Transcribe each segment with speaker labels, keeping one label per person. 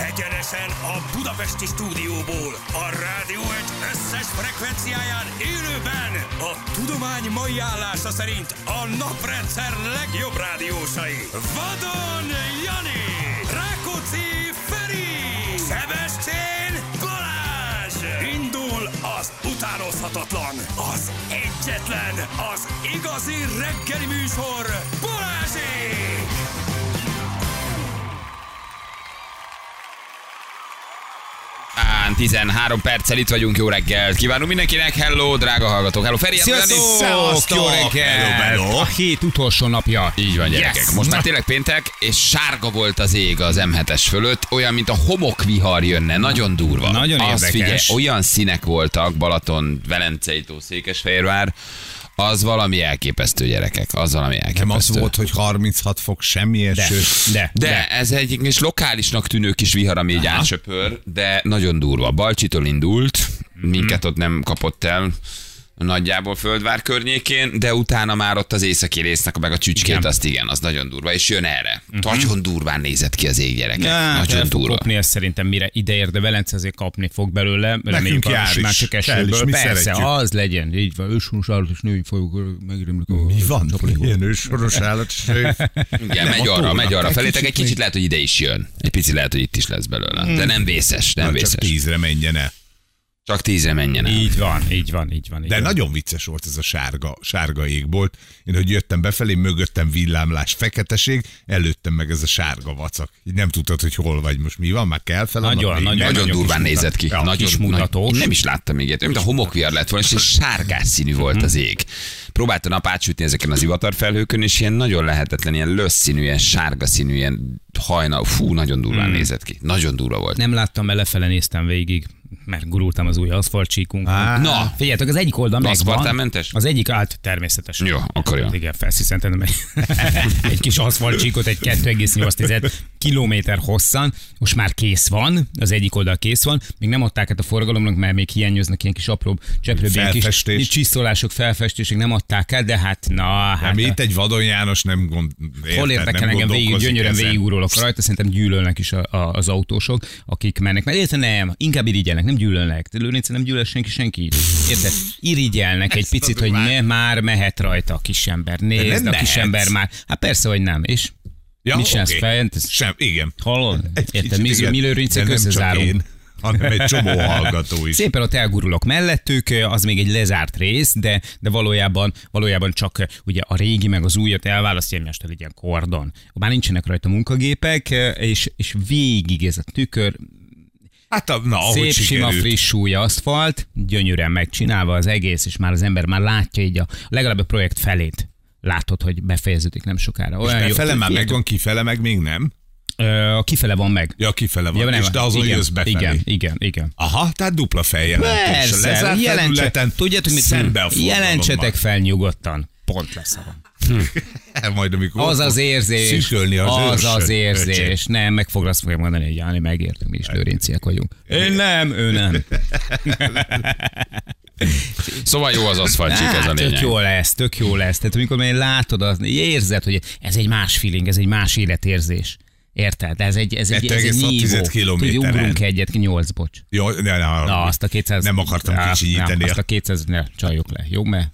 Speaker 1: Élesen a Budapesti stúdióból, a Rádió egy összes frekvenciáján élőben a tudomány mai állása szerint a naprendszer legjobb rádiósai. Vadon Jani, Rákóczi Feri, Sebestyén Balázs! Indul az utánozhatatlan, az egyetlen, az igazi reggeli műsor Balázsék!
Speaker 2: Án 13 perccel itt vagyunk, jó reggelt kívánunk mindenkinek, hello, drága hallgatók, hello, Feri, hello,
Speaker 3: Sziasztok!
Speaker 2: Jani. jó reggelt,
Speaker 3: Hello, hello.
Speaker 2: a hét utolsó napja. Így van, gyerekek,
Speaker 3: Yes.
Speaker 2: most már tényleg péntek, és sárga volt az ég az M7-es fölött, olyan, mint a homokvihar jönne, nagyon durva.
Speaker 3: Nagyon
Speaker 2: Azt
Speaker 3: érdekes.
Speaker 2: Figyelj, olyan színek voltak, Balaton, Velencei tó, Székesfehérvár, az valami elképesztő gyerekek, az valami elképesztő.
Speaker 3: Nem az volt, hogy 36 fok, semmi eső.
Speaker 2: De, de, de ez egyik és lokálisnak tűnő kis vihar, ami így átsöpör, de nagyon durva. Balcsitól indult, minket ott nem kapott el nagyjából Földvár környékén, de utána már ott az északi résznek, meg a csücskét, igen. azt igen, az nagyon durva, és jön erre. Uh-huh. Nagyon durván nézett ki az éggyerekek.
Speaker 4: Hát,
Speaker 2: nagyon
Speaker 4: el fog
Speaker 2: durva.
Speaker 4: Kopni, ez szerintem mire ideér, de Velence azért kapni fog belőle. Reméljük
Speaker 3: jár
Speaker 4: a
Speaker 3: is,
Speaker 4: másik
Speaker 3: kell is,
Speaker 4: esőből.
Speaker 3: mi
Speaker 4: Persze,
Speaker 3: szeretjük.
Speaker 4: az legyen. Így van, őshonos állat és női fajok megrémlik.
Speaker 3: Mi van? Ilyen ősoros állat. sőt.
Speaker 2: Igen, megy
Speaker 3: a
Speaker 2: arra,
Speaker 3: tónak
Speaker 2: megy arra
Speaker 3: egy
Speaker 2: felétek,
Speaker 3: kicsit
Speaker 2: egy kicsit lehet, hogy ide is jön. Egy pici lehet, hogy itt is lesz belőle. De nem vészes, nem
Speaker 3: Na, Csak
Speaker 2: vészes.
Speaker 3: tízre menjen el.
Speaker 2: Csak tízre menjen el.
Speaker 4: Így van, így van, így van. így
Speaker 3: De
Speaker 4: van.
Speaker 3: nagyon vicces volt ez a sárga, sárga égbolt. Én, hogy jöttem befelé, mögöttem villámlás, feketeség, előttem meg ez a sárga vacak. Így nem tudtad, hogy hol vagy most, mi van, már kell fel.
Speaker 4: Nagyon,
Speaker 3: annak még
Speaker 4: nagyon,
Speaker 3: nem.
Speaker 2: Nagyon,
Speaker 4: nagyon
Speaker 2: durván
Speaker 4: kis mutat-
Speaker 2: nézett ki.
Speaker 4: Ja,
Speaker 2: nagyon,
Speaker 4: kis mutatós.
Speaker 2: Nagy, nem is láttam még ilyet. Mint a homokvihar lett volna, és egy sárgás
Speaker 4: Mhm.
Speaker 2: színű volt az ég. Próbálta nap átsütni ezeken az ivatarfelhőkön, és ilyen nagyon lehetetlen, ilyen lösszínű, ilyen sárga színű, ilyen hajna. Fú, nagyon durván nézett ki. Nagyon durva volt.
Speaker 4: Mhm. Nem láttam, mert lefele néztem végig, mert gurultam az új aszfaltcsíkunk.
Speaker 2: Na.
Speaker 4: figyeljetek, az egyik oldal
Speaker 2: De
Speaker 4: megvan.
Speaker 2: aszfaltmentes?
Speaker 4: Az egyik állt természetesen.
Speaker 2: Jó, akkor jó.
Speaker 4: Igen, felsziszentem egy, egy kis aszfaltcsíkot, egy 2,8 kilométer hosszan, most már kész van, az egyik oldal kész van, még nem adták át a forgalomnak, mert még hiányoznak ilyen kis apró cseprőbb ilyen kis
Speaker 3: Felfestés.
Speaker 4: kis csiszolások, felfestések, nem adták el, de hát na, hát
Speaker 3: Hát mi itt egy vadon János nem gond... érted,
Speaker 4: Hol érdekel
Speaker 3: nem
Speaker 4: engem végig,
Speaker 3: gondolkozik
Speaker 4: gyönyörűen
Speaker 3: ezen.
Speaker 4: végigúrolok rajta, szerintem gyűlölnek is a, a, az autósok, akik mennek. Mert érted, nem, inkább irigyelnek, nem gyűlölnek. De Lőrince nem gyűlöl senki, senki. Érted? Irigyelnek egy picit, hogy ne, már mehet rajta a kisember. Nézd,
Speaker 3: nem
Speaker 4: a kisember
Speaker 3: mehetsz.
Speaker 4: már. Hát persze, hogy nem. És
Speaker 3: Ja,
Speaker 4: mit csinálsz
Speaker 3: oké.
Speaker 4: fejent? Ez-
Speaker 3: Sem, igen.
Speaker 4: hallod? Érted, mi,
Speaker 3: Kicsit
Speaker 4: mi
Speaker 3: igen, de
Speaker 4: Lőrincek
Speaker 3: nem csak
Speaker 4: összezárunk.
Speaker 3: én, hanem egy csomó hallgató is.
Speaker 4: Szépen ott elgurulok mellettük, az még egy lezárt rész, de, de valójában, valójában csak eh, ugye a régi meg az újat elválasztja egymástól egy ilyen kordon. Már nincsenek rajta munkagépek, eh, és, és végig ez a tükör,
Speaker 3: Hát a, na, ahogy
Speaker 4: Ahogy szép,
Speaker 3: sikerült.
Speaker 4: sima, friss súly aszfalt, gyönyörűen megcsinálva az egész, és már az ember már látja így a, legalább a projekt felét. Látod, hogy befejeződik nem sokára.
Speaker 3: És befele már
Speaker 4: Fiatal-
Speaker 3: megvan, kifele meg még nem?
Speaker 4: Ö, Kifele van meg.
Speaker 3: Ja, kifele van,
Speaker 4: Ugye,
Speaker 3: és de azon
Speaker 4: igen,
Speaker 3: jössz befelé.
Speaker 4: Igen, igen, igen.
Speaker 3: Aha, tehát dupla feljelentés. A
Speaker 4: Persze,
Speaker 3: lezárt
Speaker 4: jelentse,
Speaker 3: területen
Speaker 4: tudjátok, mit
Speaker 3: szembe a forgalommal. Hm.
Speaker 4: jelentsetek fel nyugodtan. Pont lesz a
Speaker 3: Hát Majd amikor
Speaker 4: Az az érzés,
Speaker 3: Szűkölni az,
Speaker 4: az, az
Speaker 3: őrsöd,
Speaker 4: érzés.
Speaker 3: öcsém. Hát.
Speaker 4: Nem, meg fogsz fogja mondani, hogy Jani, megértünk, mi is lőrinciek vagyunk. Én nem, ő nem.
Speaker 2: Szóval jó az aszfaltcsík, ez a
Speaker 4: Hát, tök
Speaker 2: lényeg.
Speaker 4: jó lesz, tök jó lesz. Tehát amikor már látod, az, érzed, hogy ez egy más feeling, ez egy más életérzés. Érted? Ez egy, ez egy, ez egy
Speaker 3: 2,6
Speaker 4: nívó. Tudj,
Speaker 3: kilométeren.
Speaker 4: ugrunk egyet, nyolc, bocs.
Speaker 3: Jó, ne, ne,
Speaker 4: Na, azt a 200...
Speaker 3: Nem akartam
Speaker 4: Á,
Speaker 3: kicsinyíteni.
Speaker 4: nem, Azt a 200... Ne, csaljuk le, jó? Mert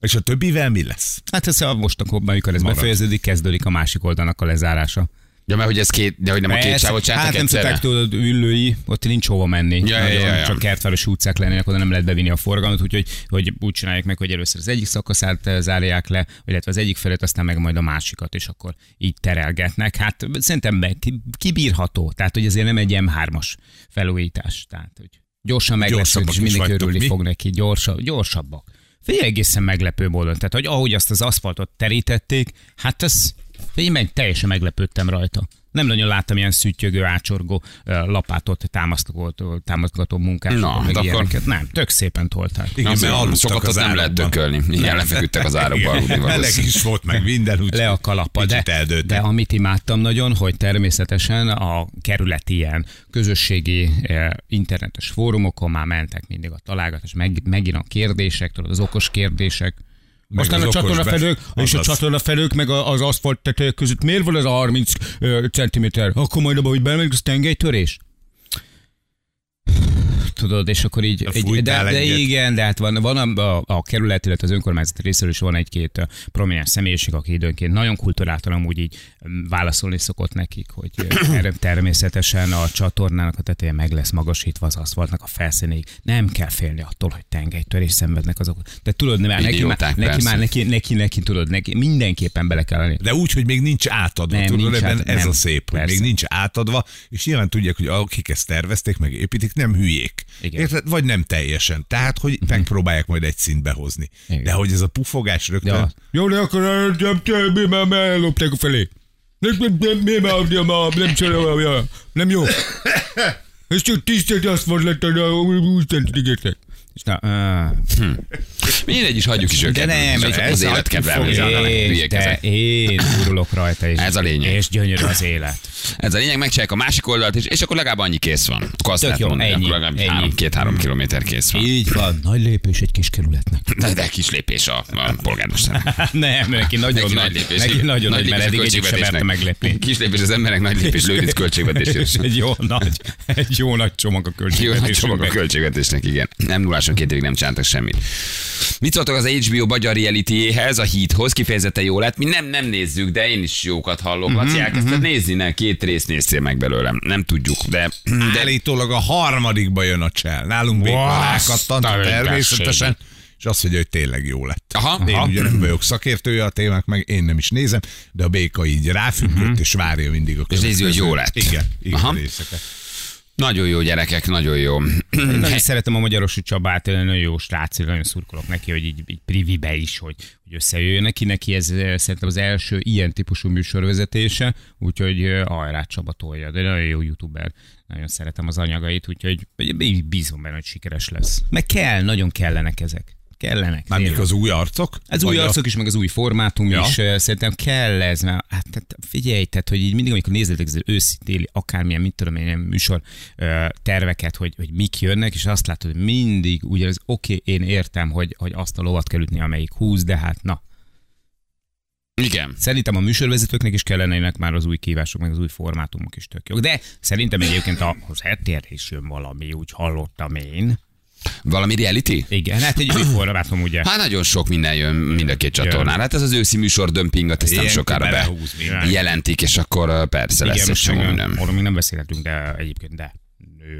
Speaker 3: És a többivel mi lesz?
Speaker 4: Hát ez a most akkor, amikor ez
Speaker 3: Marad.
Speaker 4: befejeződik, kezdődik a másik oldalnak a lezárása.
Speaker 2: Ja, mert hogy ez két, de hogy nem a két
Speaker 4: Persze,
Speaker 2: sávot
Speaker 4: hát
Speaker 2: csináltak
Speaker 4: nem
Speaker 2: egyszerre.
Speaker 4: tudták, tudod, ülői, ott nincs hova menni.
Speaker 2: Ja,
Speaker 4: Nagyon,
Speaker 2: ja, ja, ja.
Speaker 4: Csak kertváros utcák lennének, oda nem lehet bevinni a forgalmat, úgyhogy hogy úgy csinálják meg, hogy először az egyik szakaszát eh, zárják le, illetve az egyik felét, aztán meg majd a másikat, és akkor így terelgetnek. Hát szerintem be, ki- kibírható, tehát hogy azért nem egy M3-as felújítás. Tehát, hogy gyorsan meg lesz,
Speaker 3: Gyorsabbak
Speaker 4: és
Speaker 3: is
Speaker 4: mindenki
Speaker 3: vagytok,
Speaker 4: örülni
Speaker 3: mi?
Speaker 4: fog neki, gyorsabb, gyorsabbak. Figyelj, egészen meglepő módon. Tehát, hogy ahogy azt az aszfaltot terítették, hát ez, figyelj, meg, teljesen meglepődtem rajta. Nem nagyon láttam ilyen szüttyögő, ácsorgó ö, lapátot támaszgató, támaszgató munkát.
Speaker 2: Na,
Speaker 4: meg
Speaker 2: de akkor-
Speaker 4: ilyeneket. Nem, tök szépen tolták.
Speaker 3: Igen, mert aludtak
Speaker 2: sokat
Speaker 3: az
Speaker 2: ott nem lehet
Speaker 3: árokban.
Speaker 2: dökölni. Igen, lefeküdtek az árokba aludni
Speaker 3: Meleg
Speaker 2: valószínűleg.
Speaker 3: is volt, meg minden, úgy
Speaker 4: le a kalapa. De,
Speaker 3: kicsit eldőltek.
Speaker 4: de amit imádtam nagyon, hogy természetesen a kerület ilyen közösségi eh, internetes fórumokon már mentek mindig a találgatás, meg, megint a kérdések, tudod, az okos kérdések.
Speaker 3: Meg
Speaker 4: Aztán
Speaker 3: az
Speaker 4: a
Speaker 3: okos
Speaker 4: csatornafelők,
Speaker 3: be-
Speaker 4: és a
Speaker 3: azaz.
Speaker 4: csatornafelők meg a- az aszfalt tetők között miért van az 30 cm? Akkor majd abban, hogy belemegyünk, az tengelytörés? tudod, és akkor így...
Speaker 3: De
Speaker 4: Egy, de,
Speaker 3: fújtál
Speaker 4: de
Speaker 3: egyet.
Speaker 4: igen, de hát van, van a, a, a kerület, illetve az önkormányzat részéről is van egy-két ö, prominens személyiség, aki időnként nagyon kulturáltan amúgy így mm, válaszolni szokott nekik, hogy ö, erre természetesen a csatornának a teteje meg lesz magasítva az aszfaltnak a felszínéig. Nem kell félni attól, hogy tengelytörés szenvednek azok. De tudod, már neki, már,
Speaker 2: Idióták,
Speaker 4: neki,
Speaker 2: persze.
Speaker 4: már neki, neki, neki, tudod, neki, mindenképpen bele kell állni.
Speaker 3: De úgy, hogy még nincs átadva,
Speaker 4: Nem,
Speaker 3: nem, tudod,
Speaker 4: nincs
Speaker 3: nincs
Speaker 4: át-
Speaker 3: ebben ez
Speaker 4: nem,
Speaker 3: a szép, hogy
Speaker 4: persze.
Speaker 3: még nincs átadva, és nyilván tudják, hogy akik ezt tervezték, meg építik, nem hülyék.
Speaker 4: Igen.
Speaker 3: Érted? Vagy nem teljesen. Tehát, hogy megpróbálják majd egy szintbe hozni.
Speaker 4: Igen.
Speaker 3: De hogy ez a pufogás rögtön...
Speaker 4: Ja.
Speaker 3: Ja. Jó, de akkor mi már már ellopták a felé. Nem- nem- nem- Mi már mi már- nem csinálom, ja. nem jó. És csak tisztelt azt van lett, hogy úgy ígértek.
Speaker 4: És Na, á,
Speaker 2: Mindegy is, hagyjuk is őket.
Speaker 4: De nem,
Speaker 2: Csak
Speaker 4: ez
Speaker 2: az
Speaker 4: a-
Speaker 2: élet kedvelmés.
Speaker 4: és
Speaker 2: Hülyék
Speaker 4: de
Speaker 2: ezek.
Speaker 4: én gurulok rajta, és,
Speaker 2: Ez a lényeg.
Speaker 4: és gyönyörű az élet.
Speaker 2: Ez a lényeg, megcsinálják a másik oldalt is, és akkor legalább annyi kész van. Akkor azt
Speaker 4: Tök
Speaker 2: lehet
Speaker 4: jó,
Speaker 2: mondani,
Speaker 4: ennyi,
Speaker 2: akkor legalább
Speaker 4: ennyi.
Speaker 2: három, két-három kilométer kész van.
Speaker 4: Így van, nagy lépés egy kis kerületnek.
Speaker 2: De, de kis lépés a, a polgármester.
Speaker 4: nem, neki nagyon
Speaker 2: Neki
Speaker 4: nagy,
Speaker 2: nagy lépés.
Speaker 4: Neki
Speaker 2: igen.
Speaker 4: nagyon nagy, mert
Speaker 2: lépés a
Speaker 4: eddig egyik sem merte
Speaker 2: költségvetésnek.
Speaker 4: meglepni.
Speaker 2: Kis lépés az emberek, nagy lépés lőrinc
Speaker 4: És
Speaker 2: költségvetésért.
Speaker 4: egy jó nagy, egy jó nagy csomag a
Speaker 2: Jó, nagy
Speaker 4: költségvetésünkben.
Speaker 2: csomag a költségvetésnek, igen. Nem nulláson két évig nem csináltak semmit. Mit szóltok az HBO magyar reality-éhez, a híthoz? Kifejezetten jó lett. Mi nem, nem nézzük, de én is jókat hallok. Mm-hmm,
Speaker 4: Mhm,
Speaker 2: Laci, elkezdted nézni? Ne, két részt néztél meg belőlem. Nem tudjuk, de...
Speaker 3: De
Speaker 2: de
Speaker 3: állítólag a harmadikba jön a csel. Nálunk még
Speaker 4: Wow,
Speaker 3: rákattant
Speaker 4: azt a
Speaker 3: természetesen, és azt mondja, hogy tényleg jó lett.
Speaker 2: Aha,
Speaker 3: Én
Speaker 2: aha.
Speaker 3: ugye nem vagyok szakértője a témák, meg én nem is nézem, de a béka így ráfüggött,
Speaker 4: Mhm.
Speaker 3: és várja mindig a következőt.
Speaker 2: nézi, hogy jó lett.
Speaker 3: Igen, igen
Speaker 2: Aha.
Speaker 3: részeket.
Speaker 2: Nagyon jó gyerekek, nagyon jó.
Speaker 4: Én nagyon szeretem a magyarosi Csabát, ő nagyon jó srác, én nagyon szurkolok neki, hogy így, így privibe is, hogy, hogy összejöjjön neki. Neki ez eh, szerintem az első ilyen típusú műsorvezetése, úgyhogy eh, hajrá Csaba tolja, de nagyon jó youtuber. Nagyon szeretem az anyagait, úgyhogy így bízom benne, hogy sikeres lesz. Meg kell, nagyon kellenek ezek. Kellenek.
Speaker 3: Már mik
Speaker 4: tényleg.
Speaker 3: az új arcok?
Speaker 4: Az új
Speaker 3: Vagy a-
Speaker 4: arcok is, meg az új formátum ja.
Speaker 3: Ja.
Speaker 4: is, ö, szerintem kell ez, mert hát, tehát figyelj, tehát, hogy így mindig, amikor nézletek az őszi, téli, akármilyen, mit tudom én, ilyen műsor ö, terveket, hogy, hogy mik jönnek, és azt látod, hogy mindig ugyanaz, oké, okay, én értem, hogy, hogy azt a lovat kell ütni, amelyik húz, de hát na.
Speaker 2: Igen.
Speaker 4: Szerintem a műsorvezetőknek is kellenének már az új kívások, meg az új formátumok is tök jók. De szerintem egyébként a- az RTL is jön valami, úgy hallottam én.
Speaker 2: Valami reality?
Speaker 4: Igen, hát egy új formátum ugye.
Speaker 2: Hát nagyon sok minden jön mind a két csatornán. Hát ez az őszi műsor dömpingot, ezt nem
Speaker 3: Ilyenkor
Speaker 2: sokára be
Speaker 3: belehúz
Speaker 4: mindent.
Speaker 2: jelentik, és akkor ö, persze lesz egy csomó
Speaker 4: meg,
Speaker 2: minden.
Speaker 4: Arról még nem beszélhetünk, de egyébként de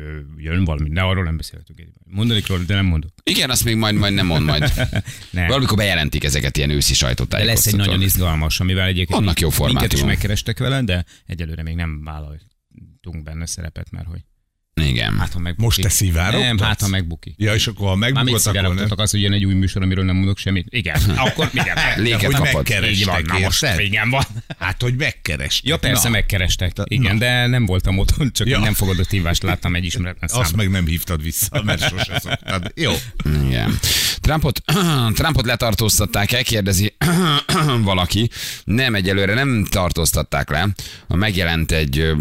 Speaker 4: Ö, jön valami, de arról nem beszélhetünk. egyébként. Mondanék róla, de nem mondok.
Speaker 2: Igen, azt még majd, majd nem mond majd.
Speaker 4: Nem.
Speaker 2: Valamikor bejelentik ezeket ilyen őszi
Speaker 4: De lesz egy
Speaker 2: sajtótájékoztatón.
Speaker 4: nagyon izgalmas, amivel egyébként
Speaker 2: Annak jó
Speaker 4: minket is
Speaker 2: formátum.
Speaker 4: megkerestek vele, de egyelőre még nem vállaltunk benne szerepet, mert hogy
Speaker 2: Igen.
Speaker 4: hát ha megbuki.
Speaker 3: Most te szivárogtatsz?
Speaker 4: Nem, hát ha megbuki.
Speaker 3: Ja, és akkor ha
Speaker 4: Már mit
Speaker 3: megbukott, akkor nem.
Speaker 4: szivárogtatok az, hogy jön egy új műsor, amiről nem mondok semmit? Igen, akkor igen.
Speaker 2: Léket
Speaker 3: hogy
Speaker 2: kapod.
Speaker 4: Így van,
Speaker 3: megkerestek,
Speaker 4: na most
Speaker 3: érted?
Speaker 4: igen van.
Speaker 3: Hát, hogy megkerestek.
Speaker 4: Ja persze,
Speaker 3: Na,
Speaker 4: megkerestek. Igen, de nem voltam otthon, csak
Speaker 3: Ja.
Speaker 4: nem fogadott hívást láttam egy ismeretlen
Speaker 3: Azt
Speaker 4: számot.
Speaker 3: meg nem hívtad vissza, mert sose szoktad. Jó.
Speaker 2: Igen. Trumpot, Trumpot letartóztatták, elkérdezi valaki. Nem, egyelőre nem tartóztatták le. Megjelent egy ö,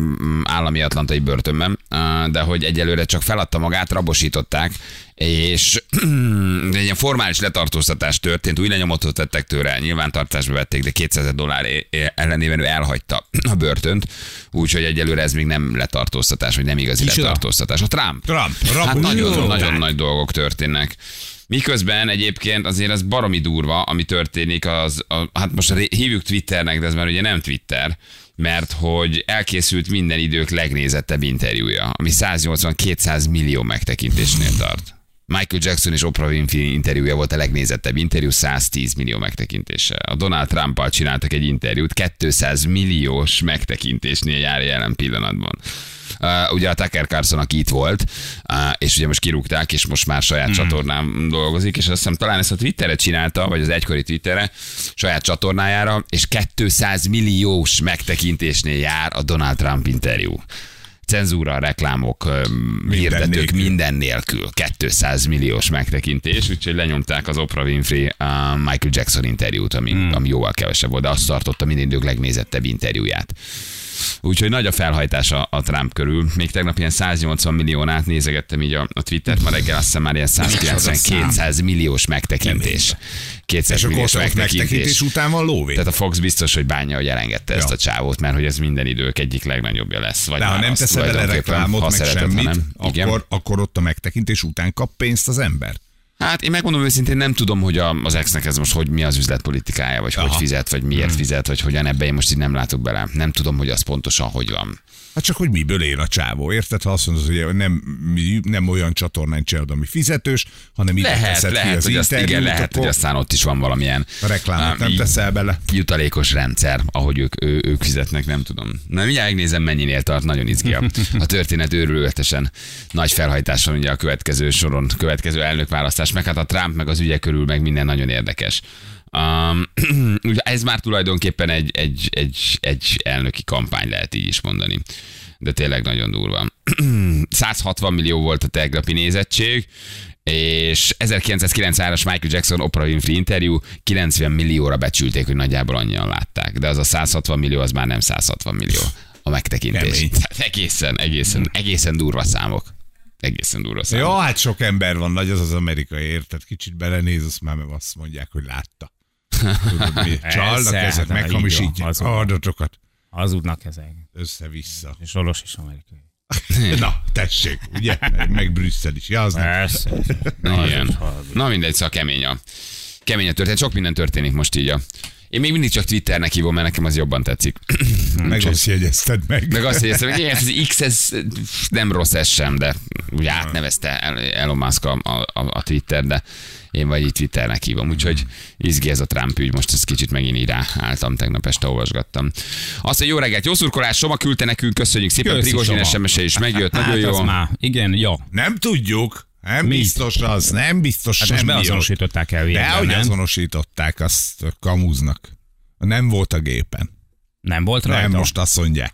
Speaker 2: állami atlantai börtönben, ö, de hogy egyelőre csak feladta magát, rabosították, és egy ilyen formális letartóztatás történt, új lenyomatot vettek tőle, nyilvántartásba vették, de 200 000 dollár é- é- ellenében ő elhagyta a börtönt, úgyhogy egyelőre ez még nem letartóztatás, vagy nem igazi
Speaker 4: Kicsoda?
Speaker 2: letartóztatás. A Trump.
Speaker 3: Trump,
Speaker 2: Hát
Speaker 3: rabosították.
Speaker 2: nagyon, nagyon nagy dolgok történnek. Miközben egyébként azért ez baromi durva, ami történik, az, a, hát most ré- hívjuk Twitternek, de ez már ugye nem Twitter, mert hogy elkészült minden idők legnézettebb interjúja, ami 180-200 millió megtekintésnél tart. Michael Jackson és Oprah Winfrey interjúja volt a legnézettebb interjú, 110 millió megtekintése. A Donald Trump-al csináltak egy interjút, 200 milliós megtekintésnél jár jelen pillanatban. Uh, ugye a Tucker Carlson, aki itt volt, uh, és ugye most kirúgták, és most már saját mm. csatornán dolgozik, és azt hiszem talán ezt a Twitterre csinálta, vagy az egykori Twitterre, saját csatornájára, és 200 milliós megtekintésnél jár a Donald Trump interjú. Cenzúra, reklámok, öm, hirdetők,
Speaker 3: nélkül.
Speaker 2: minden nélkül 200 milliós megtekintés, úgyhogy lenyomták az Oprah Winfrey a
Speaker 5: Hmm.
Speaker 2: Michael Jackson interjút, ami, ami jóval kevesebb volt, de azt tartotta minden idők legnézettebb interjúját. Úgyhogy nagy a felhajtás a, a Trump körül. Még tegnap ilyen 180 millión átnézegettem így a, a Twittert, ma reggel azt hiszem már ilyen 190-200 milliós megtekintés. 200
Speaker 5: És akkor
Speaker 2: milliós
Speaker 5: ott megtekintés.
Speaker 2: megtekintés.
Speaker 5: megtekintés után van lóvé.
Speaker 2: Tehát a Fox biztos, hogy bánja, hogy elengedte ezt
Speaker 5: Ja.
Speaker 2: a csávót, mert hogy ez minden idők egyik legnagyobbja lesz. Vagy
Speaker 5: De ha
Speaker 2: már
Speaker 5: nem
Speaker 2: az
Speaker 5: teszel bele
Speaker 2: tulajdonképpen,
Speaker 5: reklámot,
Speaker 2: ha
Speaker 5: meg
Speaker 2: szereted, ha
Speaker 5: semmit,
Speaker 2: nem. Igen.
Speaker 5: akkor, akkor ott a megtekintés után kap pénzt az ember.
Speaker 2: Hát én megmondom őszintén, nem tudom, hogy a, az exnek ez most hogy mi az üzletpolitikája, vagy Aha. hogy fizet, vagy miért hmm. fizet, vagy hogyan ebbe én most így nem látok bele. Nem tudom, hogy az pontosan hogy van.
Speaker 5: Hát csak, hogy miből él a csávó, érted? Ha azt mondod, hogy nem, mi- nem olyan csatornán csinálod, ami fizetős, hanem így
Speaker 2: Lehet,
Speaker 5: teszed ki
Speaker 2: lehet,
Speaker 5: az
Speaker 2: hogy azt, igen,
Speaker 5: interjút,
Speaker 2: lehet,
Speaker 5: akkor
Speaker 2: hogy aztán ott is van valamilyen
Speaker 5: a reklámot
Speaker 2: ám,
Speaker 5: nem
Speaker 2: így
Speaker 5: teszel bele.
Speaker 2: jutalékos rendszer, ahogy ők, ő, ők fizetnek, nem tudom. Na mindjárt megnézem, mennyinél tart, nagyon izgi a, a történet őrületesen. Nagy felhajtáson ugye a következő soron, következő elnökválasztás, meg hát a Trump, meg az ügyek körül, meg minden nagyon érdekes. Um, ugye ez már tulajdonképpen egy, egy, egy, egy elnöki kampány, lehet így is mondani. De tényleg nagyon durva. 160 millió volt a tegnapi nézettség, és 1993-as Michael Jackson Oprah Winfrey interjú 90 millióra becsülték, hogy nagyjából annyian látták. De az a 160 millió, az már nem 160 millió a megtekintés.
Speaker 5: Kemény.
Speaker 2: Tehát egészen, egészen, egészen durva számok. Egészen durva számok.
Speaker 5: Ja, hát sok ember van, nagy az az amerikai, érted? Kicsit belenéz, azt már mert azt mondják, hogy látta. Tudod, mi? Csalnak
Speaker 4: Persze,
Speaker 2: hát,
Speaker 5: ezek,
Speaker 4: de így van,
Speaker 5: meghamisítják
Speaker 4: azon.
Speaker 5: a adatokat.
Speaker 4: Hazudnak ezek.
Speaker 5: Össze-vissza.
Speaker 4: És Soros is amerikai.
Speaker 5: Na, tessék, ugye? Meg, meg Brüsszel is. Ja, az nem.
Speaker 2: Hát,
Speaker 4: Persze.
Speaker 2: Na, igen. Na mindegy, szóval kemény a, kemény a történet. Sok minden történik most így a... Én még mindig csak Twitternek hívom, mert nekem az jobban tetszik.
Speaker 5: Meg azt jegyezted meg.
Speaker 2: Meg azt érzem, hogy igen, ez az X ez nem rossz ez sem, de ugye átnevezte El- Elon Musk a, a, a Twitter, de én vagy így Twitternek hívom, úgyhogy izgi ez a Trump ügy, most ez kicsit megint így álltam, tegnap este olvasgattam. Azt, hogy jó reggelt, jó szurkolás, Soma küldte nekünk, köszönjük szépen,
Speaker 4: Köszi,
Speaker 2: Prigozsin
Speaker 4: Soma.
Speaker 2: SMS-e is megjött,
Speaker 4: Hát
Speaker 2: nagyon
Speaker 4: az
Speaker 2: jó.
Speaker 4: már. Igen, Hát jó.
Speaker 5: Nem tudjuk. Nem
Speaker 4: Mit?
Speaker 5: biztos az, nem biztos
Speaker 4: Hát most
Speaker 5: semmi. ott.
Speaker 4: beazonosították el
Speaker 5: De
Speaker 4: végre,
Speaker 5: hogy
Speaker 4: nem?
Speaker 5: azonosították, azt kamúznak. Nem volt a gépen.
Speaker 4: Nem volt rajta?
Speaker 5: Nem, most azt mondják.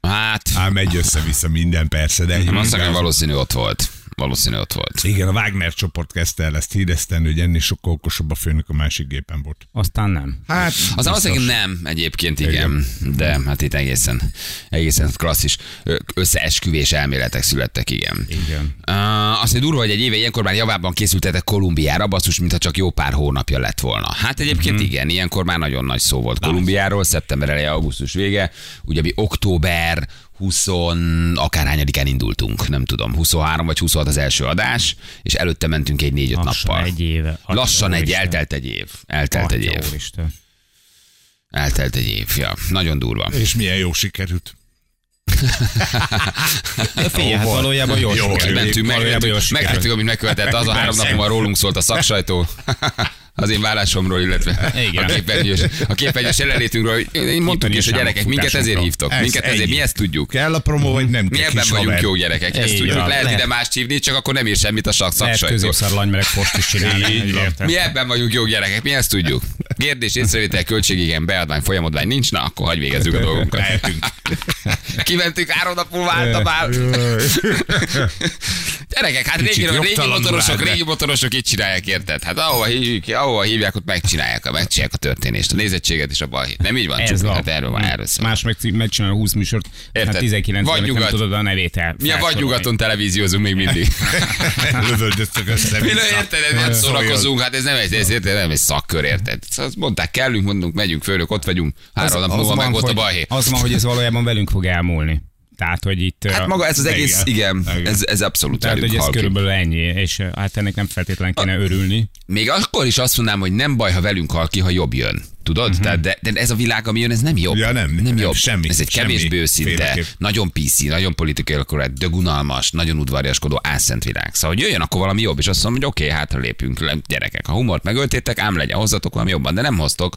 Speaker 2: Hát,
Speaker 5: Ám megy össze-vissza minden persze, de egy
Speaker 2: nem Hát, azt mondom, hogy valószínű ott volt. Valószínű ott volt.
Speaker 5: igen, a Wagner csoport kezdte el ezt híreszteni, hogy ennél sokkal okosabb a főnök a másik gépen volt.
Speaker 4: Aztán nem.
Speaker 5: Hát,
Speaker 2: Az valószínűleg nem, egyébként igen, de hát itt egészen, egészen klasszis ö, összeesküvés elméletek születtek, igen.
Speaker 4: Igen.
Speaker 2: Uh, azt mondja, durva, hogy egy éve ilyenkor már javában készültetek Kolumbiára, basszus, mintha csak jó pár hónapja lett volna. Hát egyébként
Speaker 4: Mhm.
Speaker 2: mm-hmm. igen, ilyenkor már nagyon nagy szó volt Kolumbiáról, szeptember eleje, augusztus vége, ugye mi október 20 akárhányadikán indultunk, nem tudom, 23 vagy 26 az első adás, és előtte mentünk egy négy-öt
Speaker 4: Lassan
Speaker 2: nappal.
Speaker 4: egy éve. Atya
Speaker 2: Lassan egy,
Speaker 4: úristen.
Speaker 2: eltelt egy év. Eltelt egy
Speaker 4: Atya
Speaker 2: év.
Speaker 4: úristen.
Speaker 2: Eltelt egy év, ja. Nagyon durva.
Speaker 5: és milyen jó sikerült.
Speaker 4: De figyelj, hát
Speaker 5: volt.
Speaker 4: valójában jó,
Speaker 5: Jó,
Speaker 4: jó
Speaker 5: jó.
Speaker 2: Mentünk,
Speaker 4: Valójában jól
Speaker 2: megtettük,
Speaker 4: sikerült.
Speaker 2: megtettük, amit megkövetett. Az a három
Speaker 4: Persze.
Speaker 2: napon rólunk szólt a szaksajtó. Az én vállásomról, illetve
Speaker 4: Igen.
Speaker 2: a képernyős, a képernyős jelenlétünkről. hogy Én mondtuk is, hogy gyerekek, minket ezért hívtok.
Speaker 5: Ez
Speaker 2: Minket ezért,
Speaker 5: ennyi.
Speaker 2: mi ezt tudjuk.
Speaker 5: Kell a promó, vagy nem?
Speaker 2: Mi
Speaker 5: kell,
Speaker 2: ebben
Speaker 5: kis
Speaker 2: vagyunk
Speaker 5: haver?
Speaker 2: jó gyerekek, ezt
Speaker 4: Így
Speaker 2: tudjuk.
Speaker 4: van.
Speaker 2: Lehet
Speaker 4: Lehet.
Speaker 2: ide mást hívni, csak akkor nem ír semmit a sak-
Speaker 4: Lehet
Speaker 2: szaksajtó.
Speaker 4: középszar langymereg post is csinálni.
Speaker 2: Mi ebben vagyunk jó gyerekek, mi ezt tudjuk. Kérdés, észrevétel, költség, igen, beadvány, folyamodvány nincs, na akkor hagyj végezzük a dolgunkat.
Speaker 5: Lehetünk.
Speaker 2: Kimentünk három nap múlva álltam már. Gyerekek, hát régi,
Speaker 5: Kicsit
Speaker 2: régi
Speaker 5: jogtalanul
Speaker 2: motorosok,
Speaker 5: állt be.
Speaker 2: régi motorosok így csinálják, érted? Hát ahova hívjuk, ahova hívják, ott megcsinálják, a- megcsinálják a történést, a nézettséget és a balhét. Nem így van,
Speaker 4: Ez
Speaker 2: csak
Speaker 4: van.
Speaker 2: hát erről van erről szó.
Speaker 4: Más meg, megcsinál 20 műsort,
Speaker 2: Érted?
Speaker 4: hát 19
Speaker 2: Vagy
Speaker 4: ben nem
Speaker 2: nyugat.
Speaker 4: tudod a nevét el.
Speaker 2: Mi a vagy
Speaker 4: felsorolni.
Speaker 2: nyugaton televíziózunk még mindig.
Speaker 5: Lövöldöztök össze.
Speaker 2: Mi
Speaker 5: vissza.
Speaker 2: érted, ez nem
Speaker 5: Szóljon.
Speaker 2: szórakozunk, hát ez nem egy, ez érted, nem egy szakkör, érted? Szóval azt mondták, kellünk, mondunk, megyünk, fölök, ott vagyunk. Három nap múlva meg volt a
Speaker 4: hogy,
Speaker 2: balhé.
Speaker 4: Az van, hogy ez valójában velünk fog elmúlni. Tehát, hogy itt...
Speaker 2: Hát maga ez az egész, igen,
Speaker 5: Igen.
Speaker 2: ez, ez abszolút
Speaker 4: tehát,
Speaker 2: velünk
Speaker 4: hogy ez
Speaker 2: hal ki.
Speaker 4: körülbelül ennyi, és eh, hát ennek nem feltétlenül kéne örülni.
Speaker 2: Még akkor is azt mondanám, hogy nem baj, ha velünk hal ki, ha jobb jön. Tudod? Uh-huh. Tehát de, de ez a világ, ami jön, ez nem jobb.
Speaker 5: Mhm. Ja, nem,
Speaker 2: nem,
Speaker 5: nem,
Speaker 2: jobb.
Speaker 5: semmi,
Speaker 2: ez egy
Speaker 5: semmi
Speaker 2: kevésbé őszinte,
Speaker 5: féleképp.
Speaker 2: nagyon PC, nagyon politikai korrekt, dögunalmas, nagyon udvariaskodó, álszent világ. Szóval, hogy jöjjön akkor valami jobb, és azt mondom, hogy oké, okay, hátra lépünk, le- gyerekek. Ha humort megöltétek, ám legyen, hozzatok valami jobban, de nem hoztok.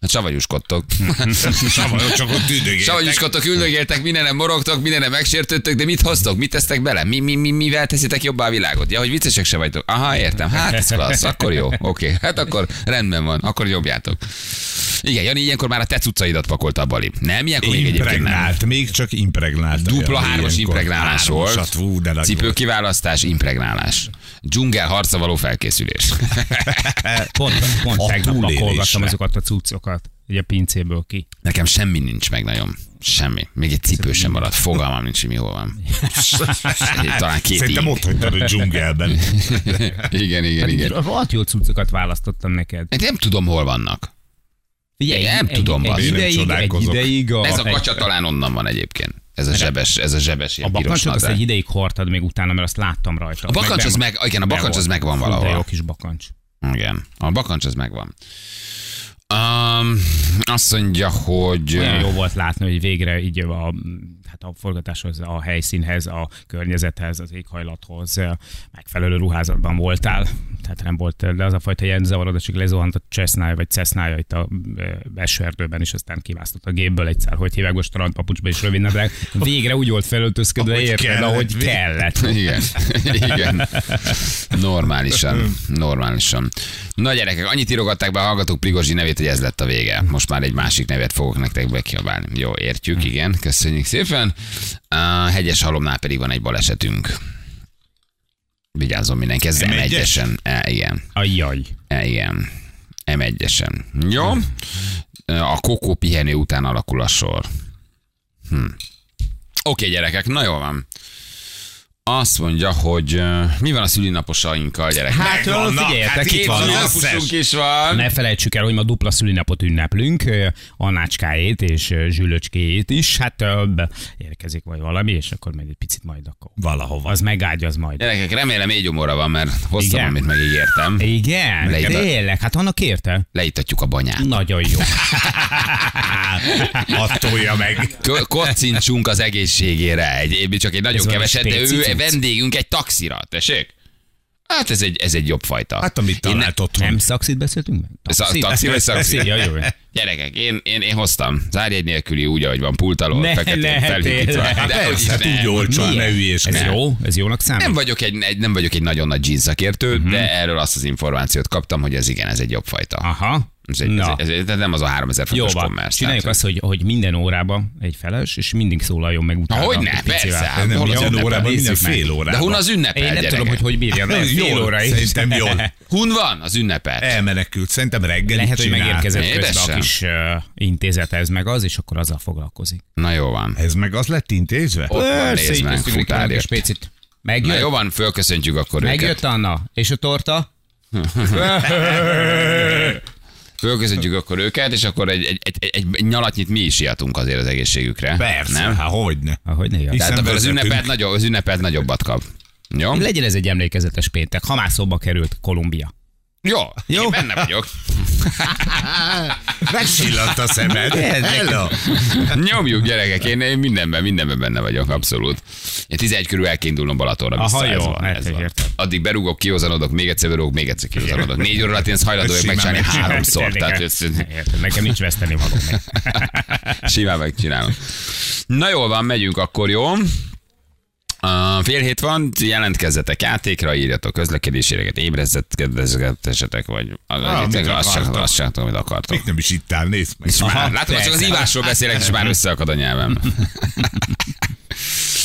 Speaker 2: Hát savanyúskodtok.
Speaker 5: Savanyú, csak ott üldögéltek.
Speaker 2: Savanyúskodtok, üldögéltek, mindenem morogtok, mindenem megsértődtök, de mit hoztok, mit tesztek bele? Mi, mi, mi, mivel teszitek jobbá a világot? Ja, hogy viccesek se vagytok. Aha, értem. Hát ez klassz, akkor jó. Oké, okay. hát akkor rendben van, akkor jobbjátok. Igen, Jani, ilyenkor már a te cuccaidat pakolta a bali. Nem, ilyenkor még egyébként nem.
Speaker 5: Impregnált, még csak impregnált.
Speaker 2: Dupla hármas impregnálás volt.
Speaker 5: volt.
Speaker 2: Cipőkiválasztás, impregnálás. Dzsungel harca való felkészülés.
Speaker 4: E, Pont, pont
Speaker 5: A
Speaker 4: tegnap
Speaker 5: túlélésre.
Speaker 2: Hát
Speaker 4: pakolgattam azokat a cuccokat, ugye a pincéből ki.
Speaker 2: Nekem semmi nincs meg nagyon. Semmi. Még egy cipő sem maradt. Fogalmam nincs, hogy mi hol van. Egy- Talán két
Speaker 5: Hát, Szerintem
Speaker 2: ing.
Speaker 5: ott hagytad a dzsungelben.
Speaker 2: Igen,
Speaker 4: Hát
Speaker 2: igen, igen.
Speaker 4: Rohadt jó cuccokat választottam neked.
Speaker 2: Én nem tudom, hol vannak.
Speaker 4: Figyelj,
Speaker 2: Én nem
Speaker 4: egy,
Speaker 2: tudom,
Speaker 4: egy,
Speaker 2: bazd
Speaker 4: egy
Speaker 2: meg.
Speaker 4: ideig, egy
Speaker 5: Csodálkozok.
Speaker 4: ideig a,
Speaker 2: Ez a
Speaker 4: egy-
Speaker 2: kacsa talán onnan van egyébként. Ez a zsebes, ez a zsebes
Speaker 4: a
Speaker 2: ilyen piros
Speaker 4: bakancsot azt
Speaker 2: nadrág.
Speaker 4: egy ideig hordtad még utána, mert azt láttam rajta.
Speaker 2: A bakancs az meg, igen, a bakancs az megvan
Speaker 4: De jó
Speaker 2: valahol.
Speaker 4: kis bakancs.
Speaker 2: Igen, a bakancs az megvan. Um, azt mondja, hogy...
Speaker 4: Olyan jó volt látni, hogy végre így a, hát a forgatáshoz, a helyszínhez, a környezethez, az éghajlathoz eh, megfelelő ruházatban voltál. Tehát nem volt, eh, de az a fajta ilyen zavarodás, hogy lezuhant a csesznája vagy cesznája itt a eh, esőerdőben, és aztán kivásztott a gépből egyszer, hogy hívják most strandpapucsba is rövid nadrág. Végre úgy volt felöltözködve,
Speaker 5: Ahogy
Speaker 4: ahogy érted,
Speaker 5: kellett.
Speaker 4: kellett, ahogy kellett.
Speaker 2: Igen, igen. Normálisan, normálisan. Na gyerekek, annyit írogatták be a hallgatók Prigozsi nevét, hogy ez lett a vége. Most már egy másik nevet fogok nektek bekiabálni. Jó, értjük, igen, köszönjük szépen. A hegyes halomnál pedig van egy balesetünk. Vigyázzon mindenki, ez
Speaker 5: M1-es?
Speaker 2: M1-esen. E, igen,
Speaker 4: Ajjaj.
Speaker 2: e, igen. M1-esen. Jó? E, A kokó pihenő után alakul a sor. Hm. Oké, gyerekek, na jól van. Azt mondja, hogy ö, mi van a szülinaposainkkal, gyerekek?
Speaker 4: Hát,
Speaker 5: Megvan, na,
Speaker 4: figyeljetek,
Speaker 5: hát
Speaker 4: itt
Speaker 5: itt
Speaker 4: van
Speaker 5: van
Speaker 4: az
Speaker 5: összes.
Speaker 2: Szülinaposunk is van.
Speaker 4: Ne felejtsük el, hogy ma dupla szülinapot ünneplünk, ö, Annácskáét és ö, Zsülöcskéjét is, hát ö, be- érkezik vagy valami, és akkor még egy picit majd akkor.
Speaker 5: Valahova.
Speaker 4: Az megágyaz majd.
Speaker 2: Gyerekek, remélem égy gyomorra van, mert hoztam,
Speaker 4: Igen.
Speaker 2: amit megígértem.
Speaker 4: Igen,
Speaker 2: Leírta.
Speaker 4: tényleg, hát annak érte.
Speaker 2: Leítatjuk a banyát.
Speaker 4: Nagyon jó.
Speaker 5: Azt tolja meg.
Speaker 2: Kö- Kocincsunk az egészségére. Egy, csak egy
Speaker 4: Ez
Speaker 2: nagyon
Speaker 4: valami
Speaker 2: keveset, de ő
Speaker 4: spéci cucc?
Speaker 2: vendégünk egy taxira. Tessék? Hát ez egy, ez egy jobb fajta.
Speaker 5: Hát amit
Speaker 2: Én ne-
Speaker 5: talált otthon.
Speaker 4: Nem szakszit beszéltünk meg?
Speaker 2: Szak- taxi vagy szakszit?
Speaker 4: Ja, jó.
Speaker 2: Gyerekek, én, én, én hoztam. Zárjegy nélküli, úgy, ahogy van, pult alól,
Speaker 4: Ne,
Speaker 2: feketén,
Speaker 4: ne,
Speaker 2: felhűtítve.
Speaker 4: tényleg.
Speaker 2: De hogy is
Speaker 5: Persze, hát
Speaker 2: ne.
Speaker 5: úgy olcsó, ne hülyéskedj.
Speaker 4: Ez jó? Ez jónak számít?
Speaker 2: nem vagyok egy, egy, nem vagyok egy nagyon nagy jeans szakértő,
Speaker 4: Mhm.
Speaker 2: uh-huh. de erről azt az információt kaptam, hogy ez igen, ez egy jobb fajta.
Speaker 4: Aha.
Speaker 2: Ez, egy, ez,
Speaker 4: Ah. Na.
Speaker 2: egy, ez, egy, tehát nem az a 3000
Speaker 4: Jó
Speaker 2: fontos
Speaker 4: van,
Speaker 2: kommersz.
Speaker 4: csináljuk
Speaker 2: tehát-
Speaker 4: azt, hogy, hogy minden órába egy feles, és mindig szólaljon meg utána.
Speaker 2: Na, hogy ne,
Speaker 4: egy picivel.
Speaker 2: persze. Hát,
Speaker 5: Nem,
Speaker 2: hol az
Speaker 5: minden
Speaker 2: ünnepel?
Speaker 5: órában, minden
Speaker 4: Nézzük meg.
Speaker 5: fél
Speaker 2: De
Speaker 5: órában.
Speaker 2: hun az ünnepel,
Speaker 4: Én nem
Speaker 2: gyerekek.
Speaker 4: tudom, hogy hogy bírja, de fél
Speaker 5: Jól,
Speaker 4: óra is.
Speaker 5: Szerintem jól.
Speaker 2: Hun van az ünnepel.
Speaker 5: Elmenekült. Szerintem reggel
Speaker 4: Lehet, hogy megérkezett
Speaker 2: Édesem.
Speaker 4: közben a kis uh, intézethez meg az, és akkor azzal foglalkozik.
Speaker 2: Na jó van.
Speaker 5: hát, Ez meg az lett intézve?
Speaker 2: Ott van, nézd meg,
Speaker 4: Szétöztünk egy kis
Speaker 2: futárért.
Speaker 4: picit.
Speaker 2: Na
Speaker 4: Megjött,
Speaker 2: jó van, fölköszöntjük akkor őket.
Speaker 4: megjött Anna. És a torta?
Speaker 2: Fölköszöntjük akkor őket, és akkor egy, egy, egy, egy, egy nyalatnyit mi is iatunk azért az egészségükre.
Speaker 5: Persze,
Speaker 2: Nem?
Speaker 5: hát hogyne.
Speaker 4: Ahogy ne jön.
Speaker 5: Hisz-
Speaker 2: Tehát
Speaker 5: Hiszen
Speaker 2: akkor az
Speaker 5: vezetünk.
Speaker 2: ünnepelt, nagyobb, az ünnepelt nagyobbat kap. Jó?
Speaker 4: Legyen ez egy emlékezetes péntek, ha már szóba került Kolumbia.
Speaker 2: Jó, Jó. Én benne vagyok.
Speaker 5: Megsillant a szemed. Hello.
Speaker 2: Nyomjuk, gyerekek, én, én mindenben, mindenben benne vagyok, abszolút. Én 11 körül el kell indulnom Balatonra vissza,
Speaker 4: Aha,
Speaker 2: ez
Speaker 4: jó,
Speaker 2: van, ez van.
Speaker 4: értem.
Speaker 2: Addig berúgok, kihozanodok, még egyszer berúgok, még egyszer kihozanodok. Négy óra alatt én ezt hajlandó vagyok
Speaker 5: Simán
Speaker 2: megcsinálni
Speaker 5: megcsinálom.
Speaker 2: háromszor, Szóval, tehát ez,
Speaker 4: eh? Érted, nekem nincs veszteni való. még.
Speaker 2: simán megcsinálom. Na jól van, megyünk akkor, jó? Uh, fél hét van, jelentkezzetek játékra, írjatok közlekedéséreket, ébrezzetek, vagy az,
Speaker 5: amit
Speaker 2: az, azt sem
Speaker 5: akartok.
Speaker 2: azt sem tudom, amit akartok.
Speaker 5: Még nem is itt áll, nézd meg.
Speaker 2: És már, Hát, látom, csak az ívásról beszélek, és már összeakad a nyelvem.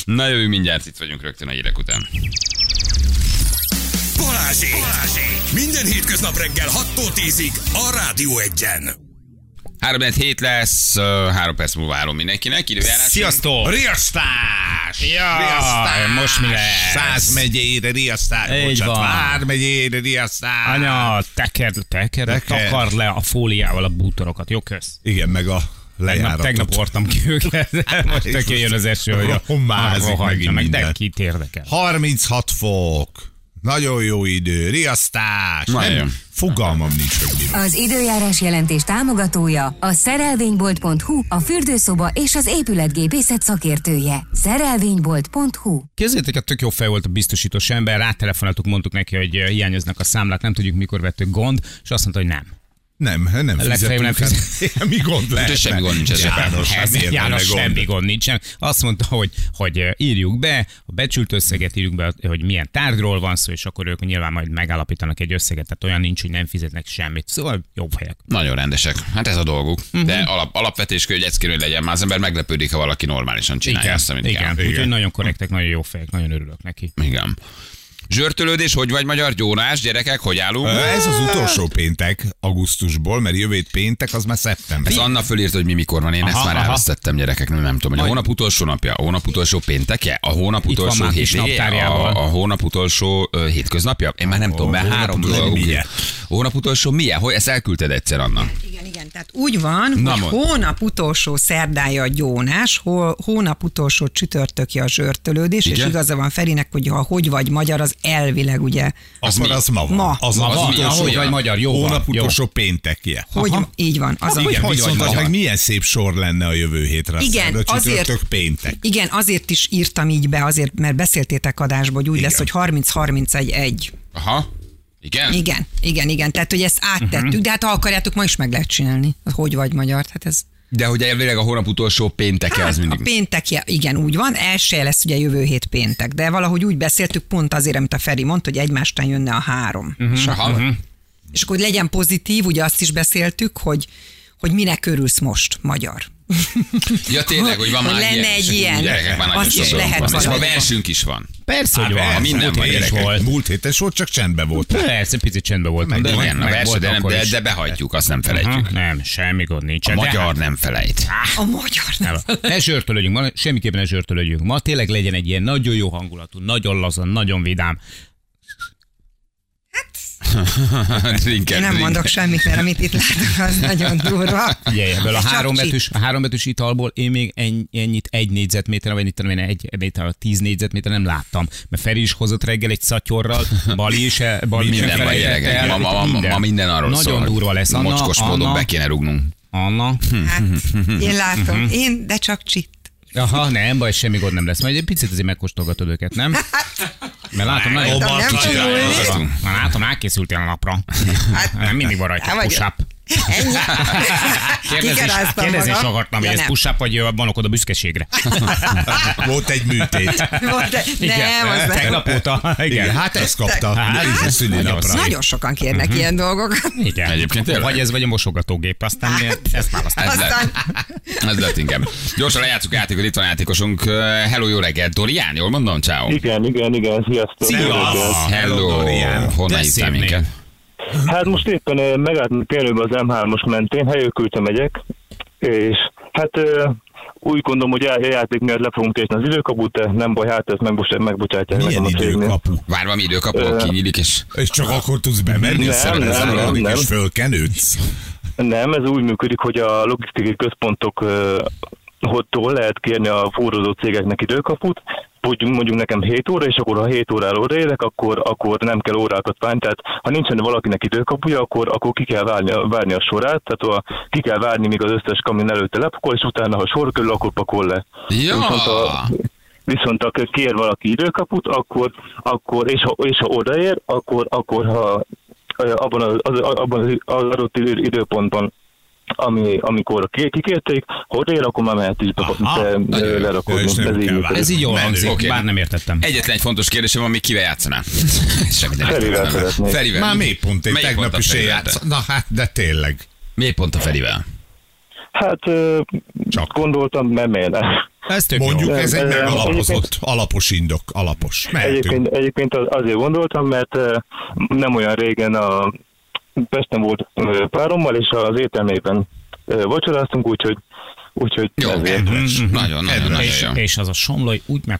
Speaker 2: Na jövő mindjárt, itt vagyunk rögtön a hírek után.
Speaker 1: Balázsék! Balázsék! Minden hétköznap reggel 6-tól 10-ig a Rádió 1-en.
Speaker 2: 3 hét lesz, ö, három perc múlva három mindenkinek, időjárás.
Speaker 4: Sziasztok!
Speaker 5: Riasztás!
Speaker 4: Ja, most mi lesz?
Speaker 5: Száz megyére riasztás.
Speaker 4: Így
Speaker 5: Bocsát,
Speaker 4: van.
Speaker 5: Vár megyére riasztás.
Speaker 4: Anya, tekerd, tekerd,
Speaker 5: Tekerd.
Speaker 4: takard le a fóliával a bútorokat. Jó, kösz.
Speaker 5: Igen, meg a
Speaker 4: Tegnap,
Speaker 5: lejáratot.
Speaker 4: tegnap hordtam ki őket, most
Speaker 5: És
Speaker 4: tök jön az eső, hogy a
Speaker 5: rohamázik
Speaker 4: rohadja
Speaker 5: megint
Speaker 4: meg, de
Speaker 5: minden.
Speaker 4: kit érdekel.
Speaker 5: 36 fok. Nagyon jó idő. Riasztás.
Speaker 2: Nagyon.
Speaker 5: Nem, fogalmam nincs, hogy mi van.
Speaker 6: Az időjárás jelentés támogatója a szerelvénybolt.hu, a fürdőszoba és az épületgépészet szakértője. Szerelvénybolt.hu
Speaker 4: Kézzétek, a tök jó fej volt a biztosítós ember, rátelefonáltuk, mondtuk neki, hogy eh, hiányoznak a számlák, nem tudjuk mikor vettük gond, és azt mondta, hogy nem.
Speaker 5: Nem, nem
Speaker 4: legfeljebb nem
Speaker 5: fizetünk. Hát, Mi gond lehet?
Speaker 2: semmi gond nincs ezzel.
Speaker 5: János,
Speaker 4: Ez
Speaker 5: azért
Speaker 4: János
Speaker 5: lenne
Speaker 4: semmi
Speaker 5: gond.
Speaker 4: gond nincsen. Azt mondta, hogy, hogy eh, írjuk be, a becsült összeget írjuk be, hogy milyen tárgyról van szó, és akkor ők nyilván majd megállapítanak egy összeget, tehát olyan nincs, hogy nem fizetnek semmit. Szóval jó fejek.
Speaker 2: Nagyon rendesek. Hát ez a dolguk.
Speaker 4: Mhm.
Speaker 2: De alap, alapvetés kell, hogy egyszerű legyen. Már az ember meglepődik, ha valaki normálisan csinálja azt, amit
Speaker 4: igen.
Speaker 2: kell.
Speaker 4: Úgyhogy nagyon korrektek, nagyon jó fejek, nagyon örülök neki.
Speaker 2: Igen. Zsörtölődés, hogy vagy magyar gyórás, gyerekek, hogy állunk?
Speaker 5: Ez az utolsó péntek augusztusból, mert jövő hét péntek, az már szeptember.
Speaker 2: Ez Anna fölírt, hogy mi mikor van. Én ezt
Speaker 4: Aha,
Speaker 2: már
Speaker 4: aha.
Speaker 2: elvesztettem gyerekek, nem, nem tudom, hogy a hónap utolsó napja, a hónap utolsó péntekje, a hónap
Speaker 4: van
Speaker 2: utolsó
Speaker 4: már kis
Speaker 2: hétvége, a,
Speaker 4: naptárjával.
Speaker 2: a hónap utolsó ö, hétköznapja. Én már nem tudom, mert
Speaker 5: hónap
Speaker 2: három
Speaker 5: utolsó
Speaker 2: dolgunk.
Speaker 5: milyen?
Speaker 2: Hónap utolsó milyen? Hogy ezt elküldted egyszer, Anna?
Speaker 7: Igen, igen, tehát úgy van,
Speaker 2: Na,
Speaker 7: hogy
Speaker 2: mondd.
Speaker 7: hónap utolsó szerdája a gyónás, hol, hónap utolsó csütörtökje a zsörtölődés,
Speaker 2: Igen?
Speaker 7: és igaza van Ferinek, hogy ha hogy vagy magyar, az elvileg ugye,
Speaker 5: Az már az ma van.
Speaker 7: Ma.
Speaker 5: Az
Speaker 2: Ma
Speaker 5: az
Speaker 2: van,
Speaker 5: utolsó-
Speaker 2: ahogy vagy
Speaker 4: magyar, jó van,
Speaker 5: Hónap
Speaker 4: jó.
Speaker 5: utolsó péntekje.
Speaker 7: hogy
Speaker 5: Aha. Hát
Speaker 7: így van. Az a,
Speaker 5: Igen,
Speaker 4: hogy
Speaker 5: viszont
Speaker 4: vagy
Speaker 5: az
Speaker 4: magyar?
Speaker 5: meg milyen szép sor lenne a jövő hétre. aztán
Speaker 7: Igen,
Speaker 5: a
Speaker 7: azért-
Speaker 5: csütörtök péntek.
Speaker 7: igen, azért is írtam így be, azért, mert beszéltétek adásba, hogy úgy igen. lesz, hogy 30-31-1.
Speaker 2: Aha. Igen?
Speaker 7: Igen, igen, igen, tehát hogy ezt áttettük,
Speaker 5: Mhm.
Speaker 7: de hát ha akarjátok, ma is meg lehet csinálni. Hogy vagy magyar, hát ez
Speaker 2: De hogy elvileg a hónap utolsó pénteke az
Speaker 7: Hát,
Speaker 2: mindig.
Speaker 7: A péntekje, igen, úgy van, elsője lesz ugye jövő hét péntek, de valahogy úgy beszéltük pont azért, amit a Feri mondta, hogy egymástán jönne a három.
Speaker 4: Mhm.
Speaker 7: És,
Speaker 2: Mhm. Aha.
Speaker 7: és akkor hogy legyen pozitív, ugye azt is beszéltük, hogy hogy minek örülsz most, magyar.
Speaker 2: Ja tényleg, hogy van
Speaker 7: Hogy
Speaker 2: már
Speaker 7: lenne
Speaker 2: ilyen is.
Speaker 7: egy ilyen.
Speaker 2: Gyerekek, már nagyon
Speaker 7: Azt
Speaker 2: sok
Speaker 7: is
Speaker 2: dolgunk
Speaker 7: lehet
Speaker 2: van. És ma
Speaker 7: valahogy.
Speaker 2: versünk is van.
Speaker 4: Persze, hogy
Speaker 5: Persze,
Speaker 4: van.
Speaker 2: minden
Speaker 5: múlt
Speaker 2: van,
Speaker 5: héten is
Speaker 2: gyerekek.
Speaker 5: volt. Múlt héten is volt, csak csendben volt.
Speaker 4: Persze, picit csendben voltam.
Speaker 2: De
Speaker 4: Hát, de
Speaker 2: igen, a
Speaker 4: meg
Speaker 2: verse,
Speaker 4: volt
Speaker 2: de, nem,
Speaker 4: akkor
Speaker 2: de,
Speaker 4: is.
Speaker 2: de behagyjuk, azt nem
Speaker 4: Aha,
Speaker 2: felejtjük.
Speaker 4: Nem, semmi gond
Speaker 2: A
Speaker 4: nincsen. de
Speaker 2: magyar nem felejt.
Speaker 7: A magyar nem.
Speaker 4: hát- Ne zsörtölődjünk, ma, semmiképpen ne zsörtölődjünk. Ma tényleg legyen egy ilyen nagyon jó hangulatú, nagyon lazan, nagyon vidám.
Speaker 2: Drinker,
Speaker 7: Hát, Én nem
Speaker 2: drinker.
Speaker 7: mondok semmit, mert amit itt látok, az nagyon durva.
Speaker 4: Figyelj, ebből a
Speaker 7: Csak
Speaker 4: hárombetűs, a hárombetűs italból én még ennyi- ennyit egy négyzetméteren, vagy mit tudom én, egy méter, a tíz négyzetméteren nem láttam. Mert Feri is hozott reggel egy szatyorral, Bali is, eh, Bali is
Speaker 2: Minden van
Speaker 4: elfelejtett
Speaker 2: gyerekek.
Speaker 4: el,
Speaker 2: Ma, ma, ma, ma minden arról
Speaker 4: Nagyon
Speaker 2: szól.
Speaker 4: durva lesz. Anna,
Speaker 2: Mocskos módon
Speaker 4: Anna.
Speaker 2: be kéne rugnunk.
Speaker 4: Anna.
Speaker 7: Hát, én látom,
Speaker 2: Mhm.
Speaker 7: én, de csak csit.
Speaker 4: Aha, nem baj, semmi gond nem lesz. Majd egy picit azért megkóstolgatod őket, nem?
Speaker 7: Hát,
Speaker 4: Mert látom, nagyon
Speaker 7: nem
Speaker 4: Ó,
Speaker 7: kicsit
Speaker 4: nagyon
Speaker 7: elnyomsz.
Speaker 4: jó. Már látom, elkészültél a napra.
Speaker 7: Hát,
Speaker 4: Nem mindig van
Speaker 7: Há,
Speaker 4: rajta
Speaker 7: vagy-
Speaker 4: push-up.
Speaker 7: Ennyi.
Speaker 4: Kérdezni, is-
Speaker 7: Kigaráztam
Speaker 4: kérdezni is
Speaker 7: hát, magam.
Speaker 4: akartam, hogy
Speaker 7: Ja,
Speaker 4: ez
Speaker 7: nem.
Speaker 4: push-up, vagy vannak oda büszkeségre.
Speaker 5: Volt egy műtét.
Speaker 7: Volt, de- Nem, az nem.
Speaker 4: Tegnap óta, igen.
Speaker 5: Igen, hát ezt kapta.
Speaker 4: Hát,
Speaker 5: Nézd a szülinapra.
Speaker 7: Nagyon sokan
Speaker 5: Mhm.
Speaker 7: kérnek ilyen dolgokat.
Speaker 4: Igen.
Speaker 2: Egyébként tényleg.
Speaker 4: Vagy ez, vagy a mosogatógép,
Speaker 7: Hát.
Speaker 4: aztán ezt választás.
Speaker 2: Ez lett.
Speaker 7: Aztán
Speaker 2: Ez lett inkább. Gyorsan lejátszuk a játékot, itt van játékosunk. Ö, Hello, jó reggel, Dorián, jól mondom? Ciao.
Speaker 8: Igen, igen, igen, sziasztok.
Speaker 5: Szia!
Speaker 2: Hello,
Speaker 5: Dorián.
Speaker 2: honnan írtál
Speaker 4: De szép
Speaker 2: minket?
Speaker 8: Hát most éppen ö, megálltunk előbb az M3-os mentén, helyőkülte megyek, és hát ö, úgy gondolom, hogy a játék miatt le fogunk késni az időkaput, de nem baj, hát ezt megbocs- megbocsátják
Speaker 5: Milyen
Speaker 8: nekem a cégnél.
Speaker 5: időkapu?
Speaker 2: Várva, mi időkapó
Speaker 8: Ö,
Speaker 2: kinyílik, és
Speaker 5: És csak akkor tudsz bemenni,
Speaker 8: Nem,
Speaker 5: aztán
Speaker 8: nem,
Speaker 5: lezárulni,
Speaker 8: nem.
Speaker 5: és fölkenődsz.
Speaker 8: Nem, ez úgy működik, hogy a logisztikai központok ö, hottól lehet kérni a forrozó cégeknek időkaput, mondjuk, mondjuk nekem 7 óra, és akkor ha 7 órára odaérek, akkor, akkor nem kell órákat várni. Tehát ha nincsen valakinek időkapuja, akkor, akkor ki kell várni, a- várni a sorát, tehát a, ki kell várni, míg az összes kamin előtte lepakol, és utána, ha sor körül, akkor pakol le.
Speaker 2: Ja!
Speaker 8: Viszont, a, viszont ha kér valaki időkaput, akkor, akkor és, ha, és ha odaér, akkor, akkor ha ö, abban az, az, abban az adott idő, időpontban ami, amikor ki- kikérték, ha odaér, akkor már mehet is be,
Speaker 5: Aha,
Speaker 8: be,
Speaker 2: nagyon jó.
Speaker 8: lerakodni.
Speaker 5: És nem kell
Speaker 8: működik.
Speaker 5: várni.
Speaker 4: Ez így jól
Speaker 5: Menő.
Speaker 4: hangzik,
Speaker 2: Oké.
Speaker 4: bár nem értettem.
Speaker 2: egyetlen egy fontos kérdésem van, még kivel játszanál? Semmi nem
Speaker 8: Ferivel
Speaker 2: értettem.
Speaker 8: szeretnék.
Speaker 2: Ferivel.
Speaker 5: Már mély pont, én
Speaker 2: Melyik
Speaker 5: tegnap
Speaker 2: pont a
Speaker 5: is
Speaker 2: Ferivel?
Speaker 5: éjjel. Na hát, de tényleg.
Speaker 2: Mély pont a Ferivel.
Speaker 8: Hát ö,
Speaker 5: Csak.
Speaker 8: gondoltam, mert miért ne.
Speaker 4: Ez tök
Speaker 5: Mondjuk
Speaker 4: jó.
Speaker 5: ez egy
Speaker 8: Ö,
Speaker 5: megalapozott, alapos indok, alapos. Mehetünk.
Speaker 8: Egyébként, egyébként az- azért gondoltam, mert ö, nem olyan régen a Pesten volt ö, párommal, és az ételmében ö, vacsoráztunk, úgyhogy, úgyhogy
Speaker 2: Jó,
Speaker 8: ezért.
Speaker 2: kedves.
Speaker 4: Mhm.
Speaker 2: Nagyon, nagyon, nagyon
Speaker 4: És,
Speaker 2: jó.
Speaker 4: és az a somlói úgy meg...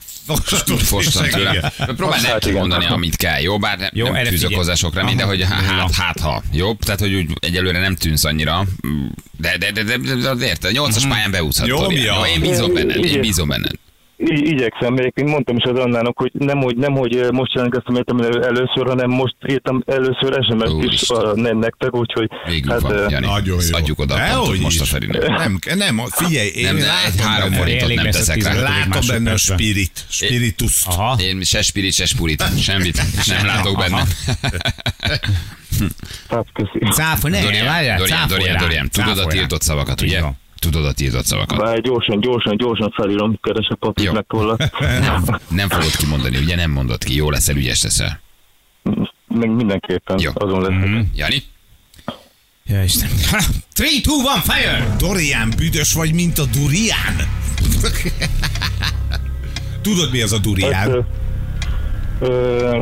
Speaker 2: Fostan tőle. Próbálj
Speaker 8: Hát
Speaker 2: nem
Speaker 8: igen.
Speaker 2: mondani, amit kell, jó? Bár ne,
Speaker 4: Jó,
Speaker 2: jó, nem
Speaker 4: erre
Speaker 2: tűzök
Speaker 4: figyelj.
Speaker 2: hozzá sokra, mint de hogy há-
Speaker 4: Aha.
Speaker 2: hát, hát ha. Jobb, tehát hogy úgy egyelőre nem tűnsz annyira. De, de, de, de, de, de érted, 8-as
Speaker 4: Mhm.
Speaker 2: pályán beúszhat.
Speaker 5: Jó,
Speaker 2: Dorian.
Speaker 5: mi a-
Speaker 2: Jó, én bízom benned, én
Speaker 8: Igen.
Speaker 2: bízom benned.
Speaker 8: I- igyekszem, egyébként mondtam is az Annának, hogy nem, hogy, nem, hogy most jelentkeztem értem elő- először, hanem most írtam először SMS-t is
Speaker 2: Úristen.
Speaker 8: a, ne, nektek, úgyhogy hát,
Speaker 2: Végül van,
Speaker 8: ö,
Speaker 2: Jani.
Speaker 5: Nagyon
Speaker 2: Ezt
Speaker 5: jó.
Speaker 2: adjuk oda a pontot
Speaker 5: Dehogy
Speaker 2: most a
Speaker 5: is.
Speaker 2: Ferinek.
Speaker 5: Nem, nem, figyelj, én
Speaker 2: Nem,
Speaker 5: nem,
Speaker 2: ne,
Speaker 5: látom,
Speaker 2: egy három
Speaker 5: benne,
Speaker 2: forintot
Speaker 4: Elég
Speaker 2: nem
Speaker 4: lesz a
Speaker 2: teszek
Speaker 4: tíz.
Speaker 2: rá.
Speaker 4: Lá-
Speaker 5: látom benne a
Speaker 4: másodpercben.
Speaker 5: spirit, spirituszt.
Speaker 4: Aha.
Speaker 2: Én se spirit, se spurit, semmit nem látok benne.
Speaker 8: hát köszi.
Speaker 4: Cáfol, ne,
Speaker 2: Dorian,
Speaker 4: várjál,
Speaker 2: Dorian,
Speaker 4: cáfolj
Speaker 2: Dorian,
Speaker 4: rá,
Speaker 2: Dorian, tudod a
Speaker 4: cáfolj rá.
Speaker 2: tiltott szavakat, ugye?
Speaker 4: Így van.
Speaker 2: Tudod a tiltott szavakat.
Speaker 8: Várj, gyorsan, gyorsan, gyorsan felírom, keresek
Speaker 2: Jó.
Speaker 8: papírt meg tollak.
Speaker 2: Nem fogod kimondani, ugye nem mondod ki, jó leszel, ügyes leszel.
Speaker 8: Meg mindenképpen
Speaker 2: Jó. Mhm.
Speaker 8: azon lesz. Mm-hmm.
Speaker 2: Jani?
Speaker 4: Ja, Hát, Isten. 3, 2, 1, fire!
Speaker 5: Dorian, büdös vagy, mint a durián. Tudod, mi az a
Speaker 8: Hát, ö,
Speaker 5: durián?
Speaker 8: ö,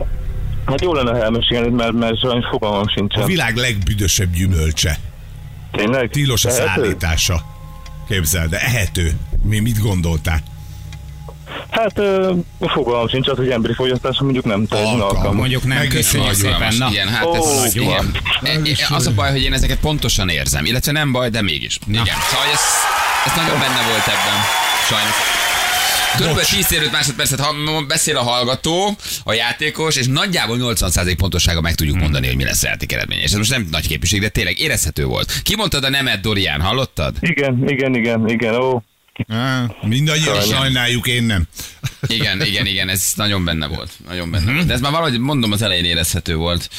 Speaker 8: Hát jó lenne, ha elmesélnéd, mert, mert sajnos fogalmam
Speaker 5: A
Speaker 8: sincsen.
Speaker 5: világ legbüdösebb gyümölcse.
Speaker 8: Tényleg?
Speaker 5: Tilos a
Speaker 8: Tehető?
Speaker 5: szállítása. Képzeld, de ehető. Mi mit gondoltál?
Speaker 8: Hát ö, fogalmam sincs az, hogy emberi fogyasztásra mondjuk nem tehetne
Speaker 5: Alkalmas.
Speaker 8: alkalmat.
Speaker 4: Mondjuk nem,
Speaker 5: Megint
Speaker 4: köszönjük
Speaker 5: nagy
Speaker 4: szépen. Na,
Speaker 2: Igen, hát ez
Speaker 8: Ó,
Speaker 2: nagy
Speaker 8: igen.
Speaker 2: ilyen. E- e- Az a baj, hogy én ezeket pontosan érzem, illetve nem baj, de mégis. Igen, szóval ez, ez nagyon benne volt ebben, sajnos. Körülbelül 10-15 másodpercet ha m- beszél a hallgató, a játékos, és nagyjából 80% pontosága meg tudjuk mondani, hogy mi lesz a játék eredménye. És ez most nem nagy képviség, de tényleg érezhető volt. Kimondtad a nemet, Dorian, hallottad?
Speaker 8: Igen, igen, igen, igen, ó.
Speaker 5: Á, Mindannyian
Speaker 8: Sajnálom.
Speaker 5: sajnáljuk, én nem.
Speaker 2: Igen, igen, igen, ez nagyon benne volt. Nagyon
Speaker 4: Mhm.
Speaker 2: benne volt. De ez már valahogy, mondom, az elején érezhető volt.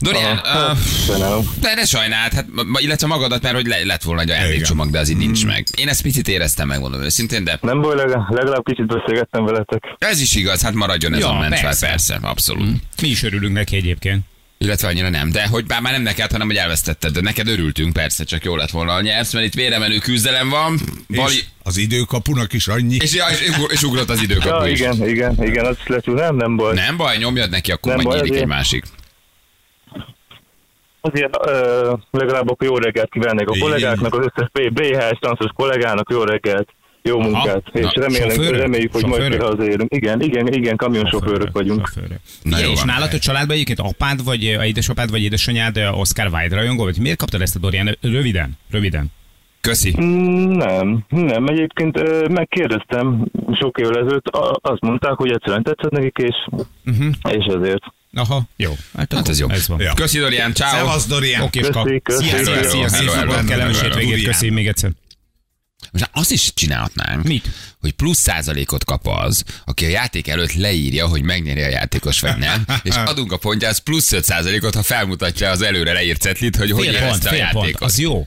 Speaker 2: Dorian,
Speaker 8: Aha.
Speaker 2: ö,
Speaker 8: Hát, Sajnálom.
Speaker 2: De ne sajnáld, hát, ma- ma- illetve magadat, mert hogy le, lett volna egy ajándékcsomag, de az így nincs meg. Én ezt picit éreztem, megmondom őszintén, de
Speaker 8: Nem baj, legalább, legalább kicsit beszélgettem veletek.
Speaker 2: ez is igaz, hát maradjon ez
Speaker 4: Ja,
Speaker 2: a mencsvár, persze.
Speaker 4: persze.
Speaker 2: persze, abszolút.
Speaker 4: mi is örülünk neki egyébként.
Speaker 2: Illetve annyira nem, de hogy bár már nem neked, hanem hogy elvesztetted, de neked örültünk, persze, csak jó lett volna a nyersz, mert itt véremenő küzdelem van, Bali...
Speaker 5: És az időkapunak is annyi.
Speaker 2: És, ja, és, ugr- és ugrott az időkapu
Speaker 8: Ja,
Speaker 2: is.
Speaker 8: igen, igen, igen, az is lehet, hogy nem, nem baj.
Speaker 2: Nem baj, nyomjad neki, akkor
Speaker 8: Nem
Speaker 2: majd
Speaker 8: baj,
Speaker 2: nyílik egy
Speaker 8: azért.
Speaker 2: másik.
Speaker 8: Azért ö, legalább akkor jó reggelt kívánnék a
Speaker 5: Így.
Speaker 8: kollégáknak, az összes B- BHS táncos kollégának jó reggelt, jó munkát, és
Speaker 2: Na,
Speaker 8: remélem,
Speaker 4: sofőrök?
Speaker 8: reméljük, hogy majd
Speaker 4: Sofőrök?
Speaker 8: hazaérünk. Igen, igen, igen, kamionsofőrök vagyunk.
Speaker 4: Sofőrök.
Speaker 2: Na
Speaker 4: Igen,
Speaker 2: jó
Speaker 4: és
Speaker 2: van.
Speaker 4: nálad a családban egyébként apád, vagy ö, édesapád, vagy édesanyád ö, Oscar Wilde rajongó, vagy miért kaptad ezt a Dorian? Röviden, röviden.
Speaker 2: Köszi.
Speaker 8: Mm, Nem, nem, egyébként ö, megkérdeztem sok évvel ezelőtt, a- azt mondták, hogy egyszerűen tetszett nekik, és,
Speaker 4: Mhm.
Speaker 8: és ezért.
Speaker 4: Aha, jó. Hát,
Speaker 2: Hát
Speaker 4: akkor
Speaker 2: ez jó.
Speaker 4: Ez van.
Speaker 5: Ja.
Speaker 2: Köszi, Dorian, ciao.
Speaker 5: Szevasz, Dorian!
Speaker 4: Oké, és kap.
Speaker 8: Köszi, köszi.
Speaker 4: Szia, szia,
Speaker 2: Hello,
Speaker 4: szia,
Speaker 2: hello,
Speaker 4: szia,
Speaker 2: hello,
Speaker 4: szia, kellemes
Speaker 2: hello,
Speaker 4: hétvégét,
Speaker 5: hello.
Speaker 4: köszi még egyszer.
Speaker 2: Most azt is csinálhatnánk,
Speaker 4: Mit?
Speaker 2: hogy plusz százalékot kap az, aki a játék előtt leírja, hogy megnyeri a játékos vagy nem, és adunk a pontjához plusz 5 százalékot, ha felmutatja az előre leírt cetlit, hogy hogy
Speaker 4: Fél pont,
Speaker 2: érezte a
Speaker 4: fél pont,
Speaker 2: játékot.
Speaker 4: az jó.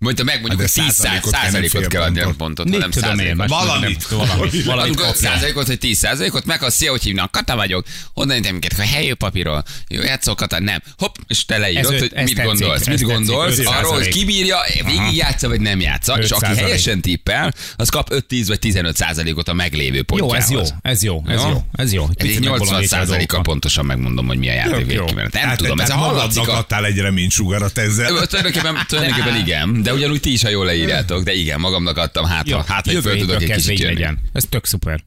Speaker 2: Mondta meg mondjuk, hogy
Speaker 5: Hát de
Speaker 2: 10
Speaker 5: százalékot kell, nem
Speaker 2: százalékot
Speaker 5: fél
Speaker 2: kell adni a
Speaker 5: pontot.
Speaker 2: pontot,
Speaker 4: Mit
Speaker 2: hanem
Speaker 4: tudom én,
Speaker 2: százalékot.
Speaker 4: most
Speaker 5: Valamit.
Speaker 4: nem- Valamit, valamit
Speaker 2: Adunk 5
Speaker 4: kapjál.
Speaker 2: százalékot, hogy 10 százalékot, meg a szia, hogy hívnak, Kata vagyok. Honnan értem minket, hogy helyő papíról. Jó, játszol Kata, nem. Hopp, és te
Speaker 4: Ez
Speaker 2: leírod,
Speaker 4: öt-
Speaker 2: hogy
Speaker 4: ez
Speaker 2: mit
Speaker 4: tetszik,
Speaker 2: gondolsz,
Speaker 4: ez
Speaker 2: mit
Speaker 4: tetszik,
Speaker 2: gondolsz,
Speaker 4: 5
Speaker 2: arról, hogy
Speaker 4: százalék.
Speaker 2: kibírja, végig játsza, vagy nem játsza, és
Speaker 4: 5
Speaker 2: aki
Speaker 4: százalék.
Speaker 2: helyesen tippel, az kap 5-10 vagy 15 százalékot a meglévő
Speaker 4: Jó, ez
Speaker 2: pontjához.
Speaker 4: jó, ez jó, ez jó, ez jó.
Speaker 2: Ez Hát így
Speaker 4: Picit
Speaker 2: 80
Speaker 4: megbolondítja az
Speaker 2: százaléka
Speaker 4: oka.
Speaker 2: pontosan megmondom, hogy mi a játék
Speaker 4: Tök jó.
Speaker 2: végkimenet. Nem
Speaker 5: Hát,
Speaker 2: tudom, ez a
Speaker 5: tehát
Speaker 2: hallatszik
Speaker 5: magadnak
Speaker 2: a
Speaker 5: adtál egy reménysugarat ezzel.
Speaker 2: Ö, Tulajdonképpen, tulajdonképpen igen, de ugyanúgy ti is, ha jól leírjátok, de igen, magamnak adtam, hát,
Speaker 4: Jó,
Speaker 2: ha, hát, hogy
Speaker 4: jövő
Speaker 2: föl
Speaker 4: héttől
Speaker 2: tudok egy
Speaker 4: kezdve
Speaker 2: kicsit
Speaker 4: így
Speaker 2: jönni.
Speaker 4: legyen. Ez tök szuper.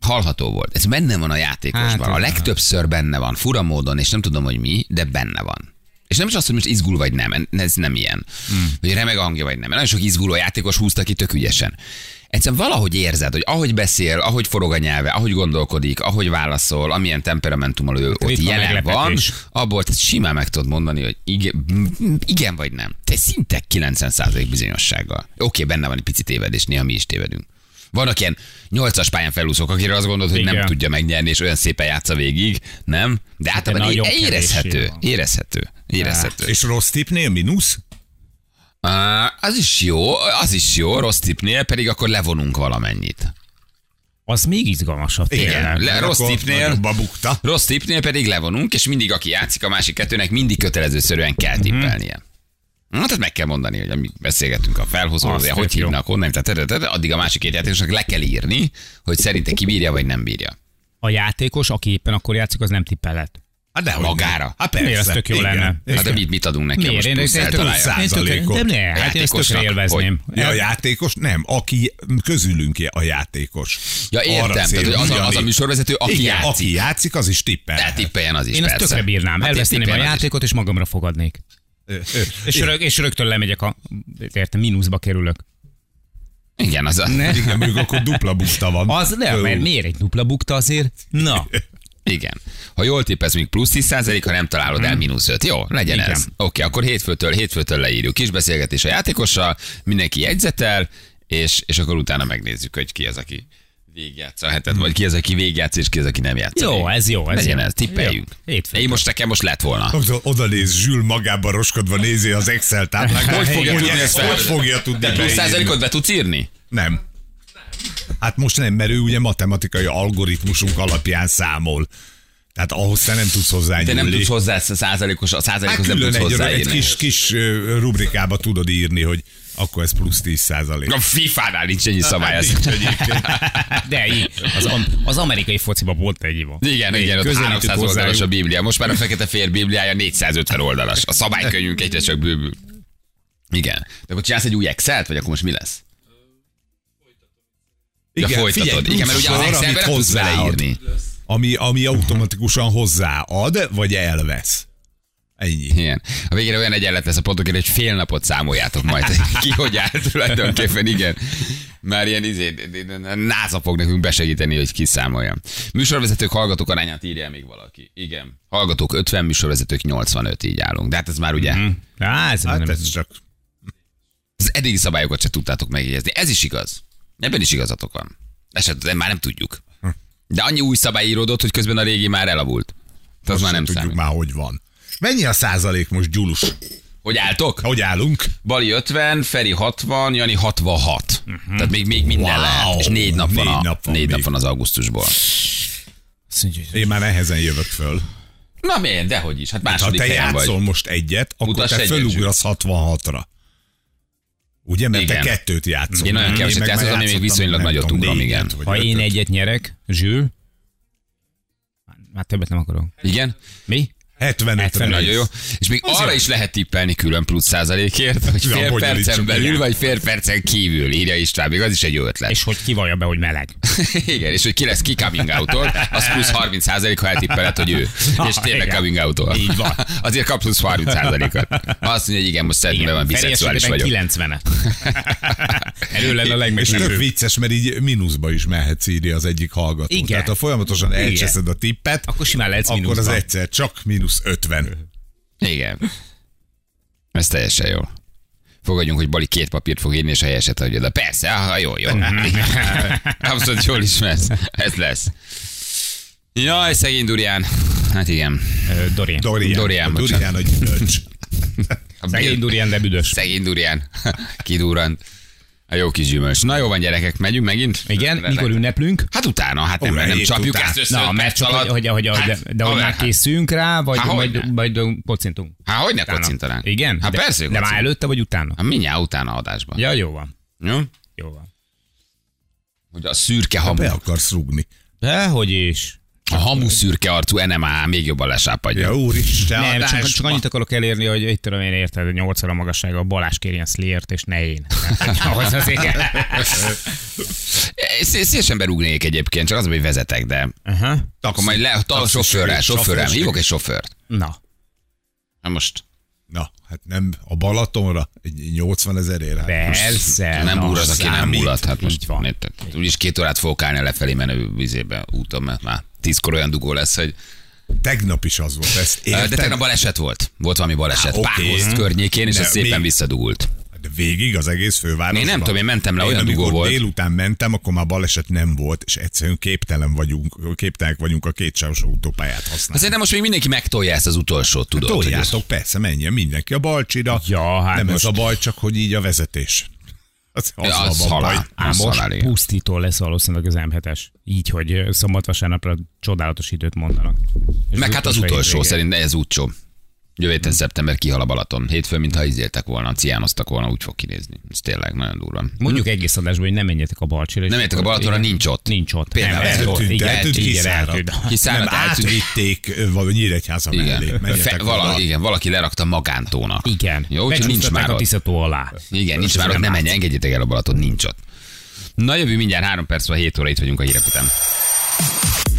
Speaker 2: Hallható volt. Ez benne van a játékosban.
Speaker 4: Hát,
Speaker 2: a
Speaker 4: igen.
Speaker 2: legtöbbször benne van, fura módon, és nem tudom, hogy mi, de benne van. És nem is azt, hogy most izgul vagy nem, en- ez nem ilyen. Hmm. Hogy remeg a hangja vagy nem. Nagyon sok izguló játékos húzta ki tök ügyesen. Egyszerűen valahogy érzed, hogy ahogy beszél, ahogy forog a nyelve, ahogy gondolkodik, ahogy válaszol, amilyen temperamentummal ő ott
Speaker 4: ritka
Speaker 2: jelen van,
Speaker 4: meglepetés.
Speaker 2: abból te simán meg tudod mondani, hogy igen, m- igen vagy nem. Te szinte 90% bizonyossággal. Oké, benne van egy pici tévedés, néha mi is tévedünk. Vannak ilyen 8-as pályán felúszók, akire azt gondolod, hogy nem
Speaker 4: Igen.
Speaker 2: tudja megnyerni, és olyan szépen játsza végig, nem? De általában
Speaker 4: nagyon
Speaker 2: é- érezhető,
Speaker 4: kevéssé van.
Speaker 2: érezhető, érezhető.
Speaker 5: Hát, És rossz tippnél mínusz?
Speaker 2: Á, Az is jó, az is jó, rossz tippnél, pedig akkor levonunk valamennyit.
Speaker 4: Az még izgalmasabb.
Speaker 2: Igen,
Speaker 4: tényleg.
Speaker 2: le, rossz
Speaker 5: Akkor
Speaker 2: tippnél,
Speaker 5: nagyobb a bukta.
Speaker 2: rossz tippnél pedig levonunk, és mindig aki játszik a másik kettőnek, mindig kötelezőszerűen kell
Speaker 4: Mhm.
Speaker 2: tippelnie. Na, tehát meg kell mondani, hogy amit beszélgetünk a felhozóhoz,
Speaker 4: Azt
Speaker 2: hogy
Speaker 4: tök jó.
Speaker 2: hívnak, onnan, tehát, tehát, tehát addig a másik két játékosnak le kell írni, hogy szerinte kibírja vagy nem bírja.
Speaker 4: A játékos, aki éppen akkor játszik, az nem tippelhet.
Speaker 5: Hát dehogy
Speaker 2: Magára.
Speaker 5: nem. Hát persze.
Speaker 4: Miért, ez tök jó
Speaker 5: Igen.
Speaker 4: lenne.
Speaker 5: Igen.
Speaker 2: Hát de mit, mit adunk neki?
Speaker 4: Miért?
Speaker 2: Most
Speaker 4: Én, én,
Speaker 2: plusz
Speaker 4: én, én,
Speaker 2: eltalálja.
Speaker 5: eltalálja.
Speaker 4: de ne, hát én ezt
Speaker 2: Játékosnak,
Speaker 4: tökre élvezném.
Speaker 5: Ja, a játékos? Nem, aki közülünk je- a játékos.
Speaker 2: Ja, értem,
Speaker 5: Arra
Speaker 2: tehát,
Speaker 5: cél-
Speaker 2: hogy az a- az a
Speaker 5: Jani.
Speaker 2: műsorvezető, aki
Speaker 5: Igen,
Speaker 2: játszik.
Speaker 5: Aki játszik, az is
Speaker 2: De
Speaker 5: tippel.
Speaker 2: tippeljen az is,
Speaker 4: Én ezt
Speaker 2: persze.
Speaker 4: tökre bírnám.
Speaker 2: Hát
Speaker 4: Elveszteném a
Speaker 2: tippeljen az is.
Speaker 4: játékot, és magamra fogadnék. És, rög, és rögtön lemegyek a... Értem, mínuszba kerülök.
Speaker 2: Igen, az a...
Speaker 5: Igen, mondjuk akkor dupla bukta van.
Speaker 4: Az nem, mert miért egy dupla bukta azért? Na,
Speaker 2: Igen. Ha jól tippelsz, még plusz 10 százalék, ha nem találod el, mínusz 5. Jó, legyen
Speaker 4: Hmm. Igen.
Speaker 2: ez. Oké, akkor hétfőtől, hétfőtől leírjuk. Kis beszélgetés a játékossal, mindenki jegyzetel, és, és akkor utána megnézzük, hogy ki az, aki végigjátsza a hetet, vagy ki az, aki végigjátsz, és ki az, aki nem játsza.
Speaker 4: Jó,
Speaker 2: végig.
Speaker 4: ez jó, ez
Speaker 2: Legyen
Speaker 4: jó.
Speaker 2: ez, tippeljünk.
Speaker 4: Jó, hétfőtől.
Speaker 2: Én most nekem most lett volna.
Speaker 5: Oda, oda néz, Zsül magában roskadva nézi az Excel táblát.
Speaker 2: Hogy fogja tudni ezt fel?
Speaker 5: Hogy fogja tudni
Speaker 2: De plusz
Speaker 5: beírni?
Speaker 2: százalékot be tudsz írni?
Speaker 5: Nem. Hát most nem, mert ő ugye matematikai algoritmusunk alapján számol. Tehát ahhoz te nem tudsz hozzá
Speaker 2: Te nem
Speaker 5: nyúlni.
Speaker 2: tudsz hozzá, a százalékos, a
Speaker 5: Hát
Speaker 2: százalékhoz nem
Speaker 5: külön
Speaker 2: tudsz
Speaker 5: egy, egy
Speaker 2: hozzáírni.
Speaker 5: kis, kis ö, rubrikába tudod írni, hogy akkor ez plusz 10 százalék.
Speaker 2: A FIFA-nál nincs ennyi szabály. ez.
Speaker 4: De így, az, am- az amerikai fociban volt egy iva.
Speaker 2: Igen, igen, ott
Speaker 4: közelítjük
Speaker 2: 300
Speaker 4: hozzájuk.
Speaker 2: oldalas a Biblia. Most már a Fekete Fér Bibliája 450 oldalas. A szabálykönyvünk egyre csak bővül. Igen. De akkor csinálsz egy új Excel-t, vagy akkor most mi lesz? Ja, folytatod. Igen, mert ugye az
Speaker 5: plusz
Speaker 2: Excelben
Speaker 5: arra,
Speaker 2: nem
Speaker 5: amit
Speaker 2: tudsz
Speaker 5: hozzáad,
Speaker 2: beleírni.
Speaker 5: ami, ami automatikusan hozzáad, vagy elvesz. Ennyi.
Speaker 2: Igen. A végére olyan egyenlet lesz a pontokért, hogy fél napot számoljátok majd. Ki hogy áll tulajdonképpen, igen. Már ilyen izé, náza fog nekünk besegíteni, hogy kiszámoljam. Műsorvezetők hallgatók arányát írja még valaki. Igen. Hallgatók 50, műsorvezetők 85, így állunk. De hát ez már ugye...
Speaker 4: Hm. Á, ez
Speaker 5: Hát
Speaker 4: nem,
Speaker 5: ez csak
Speaker 2: Az eddigi szabályokat se tudtátok megjegyezni. Ez is igaz. Ebben is igazatok van. Esetleg már nem tudjuk.
Speaker 5: Hm.
Speaker 2: De annyi új szabály íródott, hogy közben a régi már elavult. Tehát Az
Speaker 5: azt
Speaker 2: már
Speaker 5: se
Speaker 2: nem
Speaker 5: tudjuk
Speaker 2: számít.
Speaker 5: már, hogy van. Mennyi a százalék most, Gyulus?
Speaker 2: Hogy álltok?
Speaker 5: Hogy állunk?
Speaker 2: Bali 50, Feri 60, Jani 66. Uh-huh. Tehát még, még minden wow.
Speaker 5: Mhm. Wow.
Speaker 2: lehet. És négy nap van,
Speaker 5: Négy
Speaker 2: a,
Speaker 5: nap van
Speaker 2: négy nap
Speaker 5: még.
Speaker 2: van az augusztusból.
Speaker 4: azt mondja, hogy
Speaker 5: Én már nehezen jövök föl.
Speaker 2: Na miért? Dehogy is. Hát
Speaker 5: Ha
Speaker 2: második
Speaker 5: te
Speaker 2: helyen
Speaker 5: játszol
Speaker 2: vagy.
Speaker 5: most egyet, akkor
Speaker 2: Mutass
Speaker 5: te
Speaker 2: egyet,
Speaker 5: fölugrasz 66-ra. Ugye? Mert
Speaker 2: Igen.
Speaker 5: te kettőt játszol.
Speaker 2: Én nagyon keveset
Speaker 5: meg már
Speaker 2: játszottam, én még
Speaker 5: játszottam,
Speaker 2: viszonylag
Speaker 5: nem
Speaker 2: nagyot
Speaker 5: tudom,
Speaker 2: ugrom,
Speaker 5: négyet
Speaker 2: igen.
Speaker 5: vagy
Speaker 4: Ha én
Speaker 5: ötöt.
Speaker 4: egyet nyerek, zsűl, már többet nem akarok.
Speaker 2: Igen?
Speaker 4: Mi?
Speaker 5: 75
Speaker 4: 75.
Speaker 2: Nagyon jó. És még arra is lehet tippelni külön plusz százalékért, hogy
Speaker 5: Ja,
Speaker 2: fél
Speaker 5: hogy
Speaker 2: percen
Speaker 5: állítsuk,
Speaker 2: belül,
Speaker 5: igen.
Speaker 2: vagy fél percen kívül, írja István. Még az is egy jó ötlet.
Speaker 4: És hogy kivallja be, hogy meleg.
Speaker 2: Igen, és hogy ki lesz ki coming out az plusz 30 százalék, ha eltippeled, hogy ő. És tényleg
Speaker 4: Igen.
Speaker 2: coming out
Speaker 4: Így van.
Speaker 2: Azért kap plusz 30 százalékot. Ha azt mondja, hogy igen, most szerintem
Speaker 4: Igen,
Speaker 2: van,
Speaker 4: Feri
Speaker 2: biszexuális
Speaker 4: esetében
Speaker 2: vagyok.
Speaker 4: 90 Erő lenne a
Speaker 5: És tök
Speaker 4: legmeglepőbb.
Speaker 5: vicces, mert így mínuszba is mehetsz írja az egyik hallgató.
Speaker 4: Igen.
Speaker 5: Tehát ha folyamatosan
Speaker 4: Igen.
Speaker 5: elcseszed a tippet,
Speaker 4: Akkor simán lehetsz
Speaker 5: akkor az
Speaker 4: mínuszban.
Speaker 5: egyszer csak mínusz 50.
Speaker 2: Igen. Ez teljesen jó. Fogadjunk, hogy Bali két papírt fog írni, és a helyeset adja. De persze, ha jó, jó. Abszolút jól ismersz. Ez lesz. Jaj, szegény Durián. Hát igen.
Speaker 4: Ö, Dorian.
Speaker 5: Dorian.
Speaker 2: Dorian,
Speaker 5: A Dorian a gyümölcs.
Speaker 2: A
Speaker 4: Szegény
Speaker 2: Bill-
Speaker 4: Durian, de büdös.
Speaker 2: Szegény Durián. Kidurrant. A jó kis gyümölcs. Na jó van gyerekek, megyünk megint?
Speaker 4: Igen,
Speaker 2: Rendben.
Speaker 4: mikor ünneplünk?
Speaker 2: Hát utána, hát nem,
Speaker 5: Ó,
Speaker 2: nem
Speaker 5: hét
Speaker 2: csapjuk
Speaker 5: után.
Speaker 2: ezt össze.
Speaker 4: Na,
Speaker 2: öt
Speaker 4: mert
Speaker 2: perc
Speaker 4: csak, hogy,
Speaker 2: alatt.
Speaker 4: hogy, hogy, hogy,
Speaker 2: Hát,
Speaker 4: de hogy
Speaker 2: haver,
Speaker 4: már
Speaker 2: hát.
Speaker 4: készülünk rá, vagy,
Speaker 2: Há,
Speaker 4: vagy,
Speaker 2: hogyne.
Speaker 4: vagy kocintunk.
Speaker 2: Há, Hát hogy ne
Speaker 4: Utána.
Speaker 2: kocintanánk?
Speaker 4: Igen?
Speaker 2: Há,
Speaker 4: de,
Speaker 2: persze, hogy
Speaker 4: De már
Speaker 2: kocintunk.
Speaker 4: előtte, vagy utána?
Speaker 2: Hát mindjárt utána adásban.
Speaker 4: Ja, jó van.
Speaker 2: Jó?
Speaker 4: Jó van.
Speaker 2: Hogy a szürke hamu.
Speaker 5: Be akarsz rugni.
Speaker 4: De, hogy is?
Speaker 2: A hamu szürke arcú NMA még jobban lesápadja.
Speaker 5: Ja, úristen,
Speaker 4: Nem,
Speaker 2: Hát,
Speaker 5: adás,
Speaker 4: csak, csak annyit akarok elérni, hogy itt tudom én érted, nyolcszor a magassága, a Balázs kérjen Sliert, és ne én. Ahhoz az igen.
Speaker 2: Szé- Szívesen berúgnék egyébként, csak az, hogy vezetek, de
Speaker 4: Aha.
Speaker 2: akkor majd le, a sofőrrel, sofőrrel, hívok egy sofőrt.
Speaker 4: Na,
Speaker 2: Na most
Speaker 5: Na, hát nem a Balatonra, egy 80 ezerért. Hát
Speaker 4: persze.
Speaker 2: nem
Speaker 4: na,
Speaker 2: úr az, aki nem
Speaker 4: számít.
Speaker 2: mulat, hát most
Speaker 4: Így van.
Speaker 2: érted? Úgyis két órát fogok állni a lefelé menő vízébe úton, mert már tízkor olyan dugó lesz, hogy...
Speaker 5: Tegnap is az volt, ezt érted?
Speaker 2: De tegnap baleset volt. Volt valami baleset.
Speaker 5: Há, oké.
Speaker 2: Páhozt környékén, és
Speaker 5: De
Speaker 2: az szépen
Speaker 5: mi-
Speaker 2: visszadugult.
Speaker 5: De végig az egész fővárosban.
Speaker 2: Én nem tudom, én mentem le, olyan
Speaker 5: amikor
Speaker 2: dugó volt.
Speaker 5: délután mentem, akkor már baleset nem volt, és egyszerűen képtelen vagyunk, képtelenek vagyunk a kétsávos autópályát használni.
Speaker 2: Azért nem most még mindenki megtolja ezt az utolsót, tudod.
Speaker 5: Hát
Speaker 2: hogy ez-
Speaker 5: Toljátok, persze, menjen mindenki a balcsira.
Speaker 4: Ja, hát
Speaker 5: nem
Speaker 4: most-
Speaker 5: ez a baj, csak hogy így a vezetés. Az, az,
Speaker 2: Ja,
Speaker 5: az
Speaker 2: az
Speaker 5: a baj.
Speaker 2: halál.
Speaker 4: Á,
Speaker 2: Az halál,
Speaker 4: most
Speaker 2: igen.
Speaker 4: pusztító lesz valószínűleg az M7-es. Így, hogy szombat-vasárnapra csodálatos időt mondanak. És
Speaker 2: Meg hát az utolsó,
Speaker 4: hétvégén.
Speaker 2: szerintem ez útcsó. Jövő
Speaker 5: Hm.
Speaker 2: héten szeptember kihal a Balaton. Hétfőn, mintha izéltek volna, ciánoztak volna, úgy fog kinézni. Ez tényleg nagyon durva.
Speaker 4: Mondjuk egész adásban, hogy nem menjetek a Balcsira. és
Speaker 2: Nem értek a
Speaker 4: akkor-
Speaker 2: Balatonra,
Speaker 4: igen.
Speaker 2: nincs ott.
Speaker 4: Nincs ott.
Speaker 2: Például
Speaker 4: Nem,
Speaker 2: ez
Speaker 4: ez
Speaker 2: volt.
Speaker 4: ott.
Speaker 5: Eltűnt,
Speaker 4: Igen,
Speaker 5: eltűnt,
Speaker 4: igen,
Speaker 5: kiszáradt.
Speaker 4: eltűnt.
Speaker 5: Nem,
Speaker 2: Kiszállat, eltűnik.
Speaker 5: átvitték ö, valami Nyíregyháza mellé.
Speaker 2: Igen.
Speaker 5: Menjetek
Speaker 2: Fe,
Speaker 5: oda.
Speaker 2: valaki, igen, valaki lerakta magántónak.
Speaker 4: Igen.
Speaker 2: Jó, úgyhogy nincs
Speaker 4: Becsúsztatták
Speaker 2: már
Speaker 4: a
Speaker 2: ott.
Speaker 4: tisztató alá.
Speaker 2: Igen, nincs
Speaker 4: És
Speaker 2: már
Speaker 4: ez
Speaker 2: ott, ne
Speaker 4: nem
Speaker 2: menj, engedjétek el a Balaton, nincs ott. Na jövő mindjárt 3 perc, vagy 7 óra itt vagyunk a hírek után.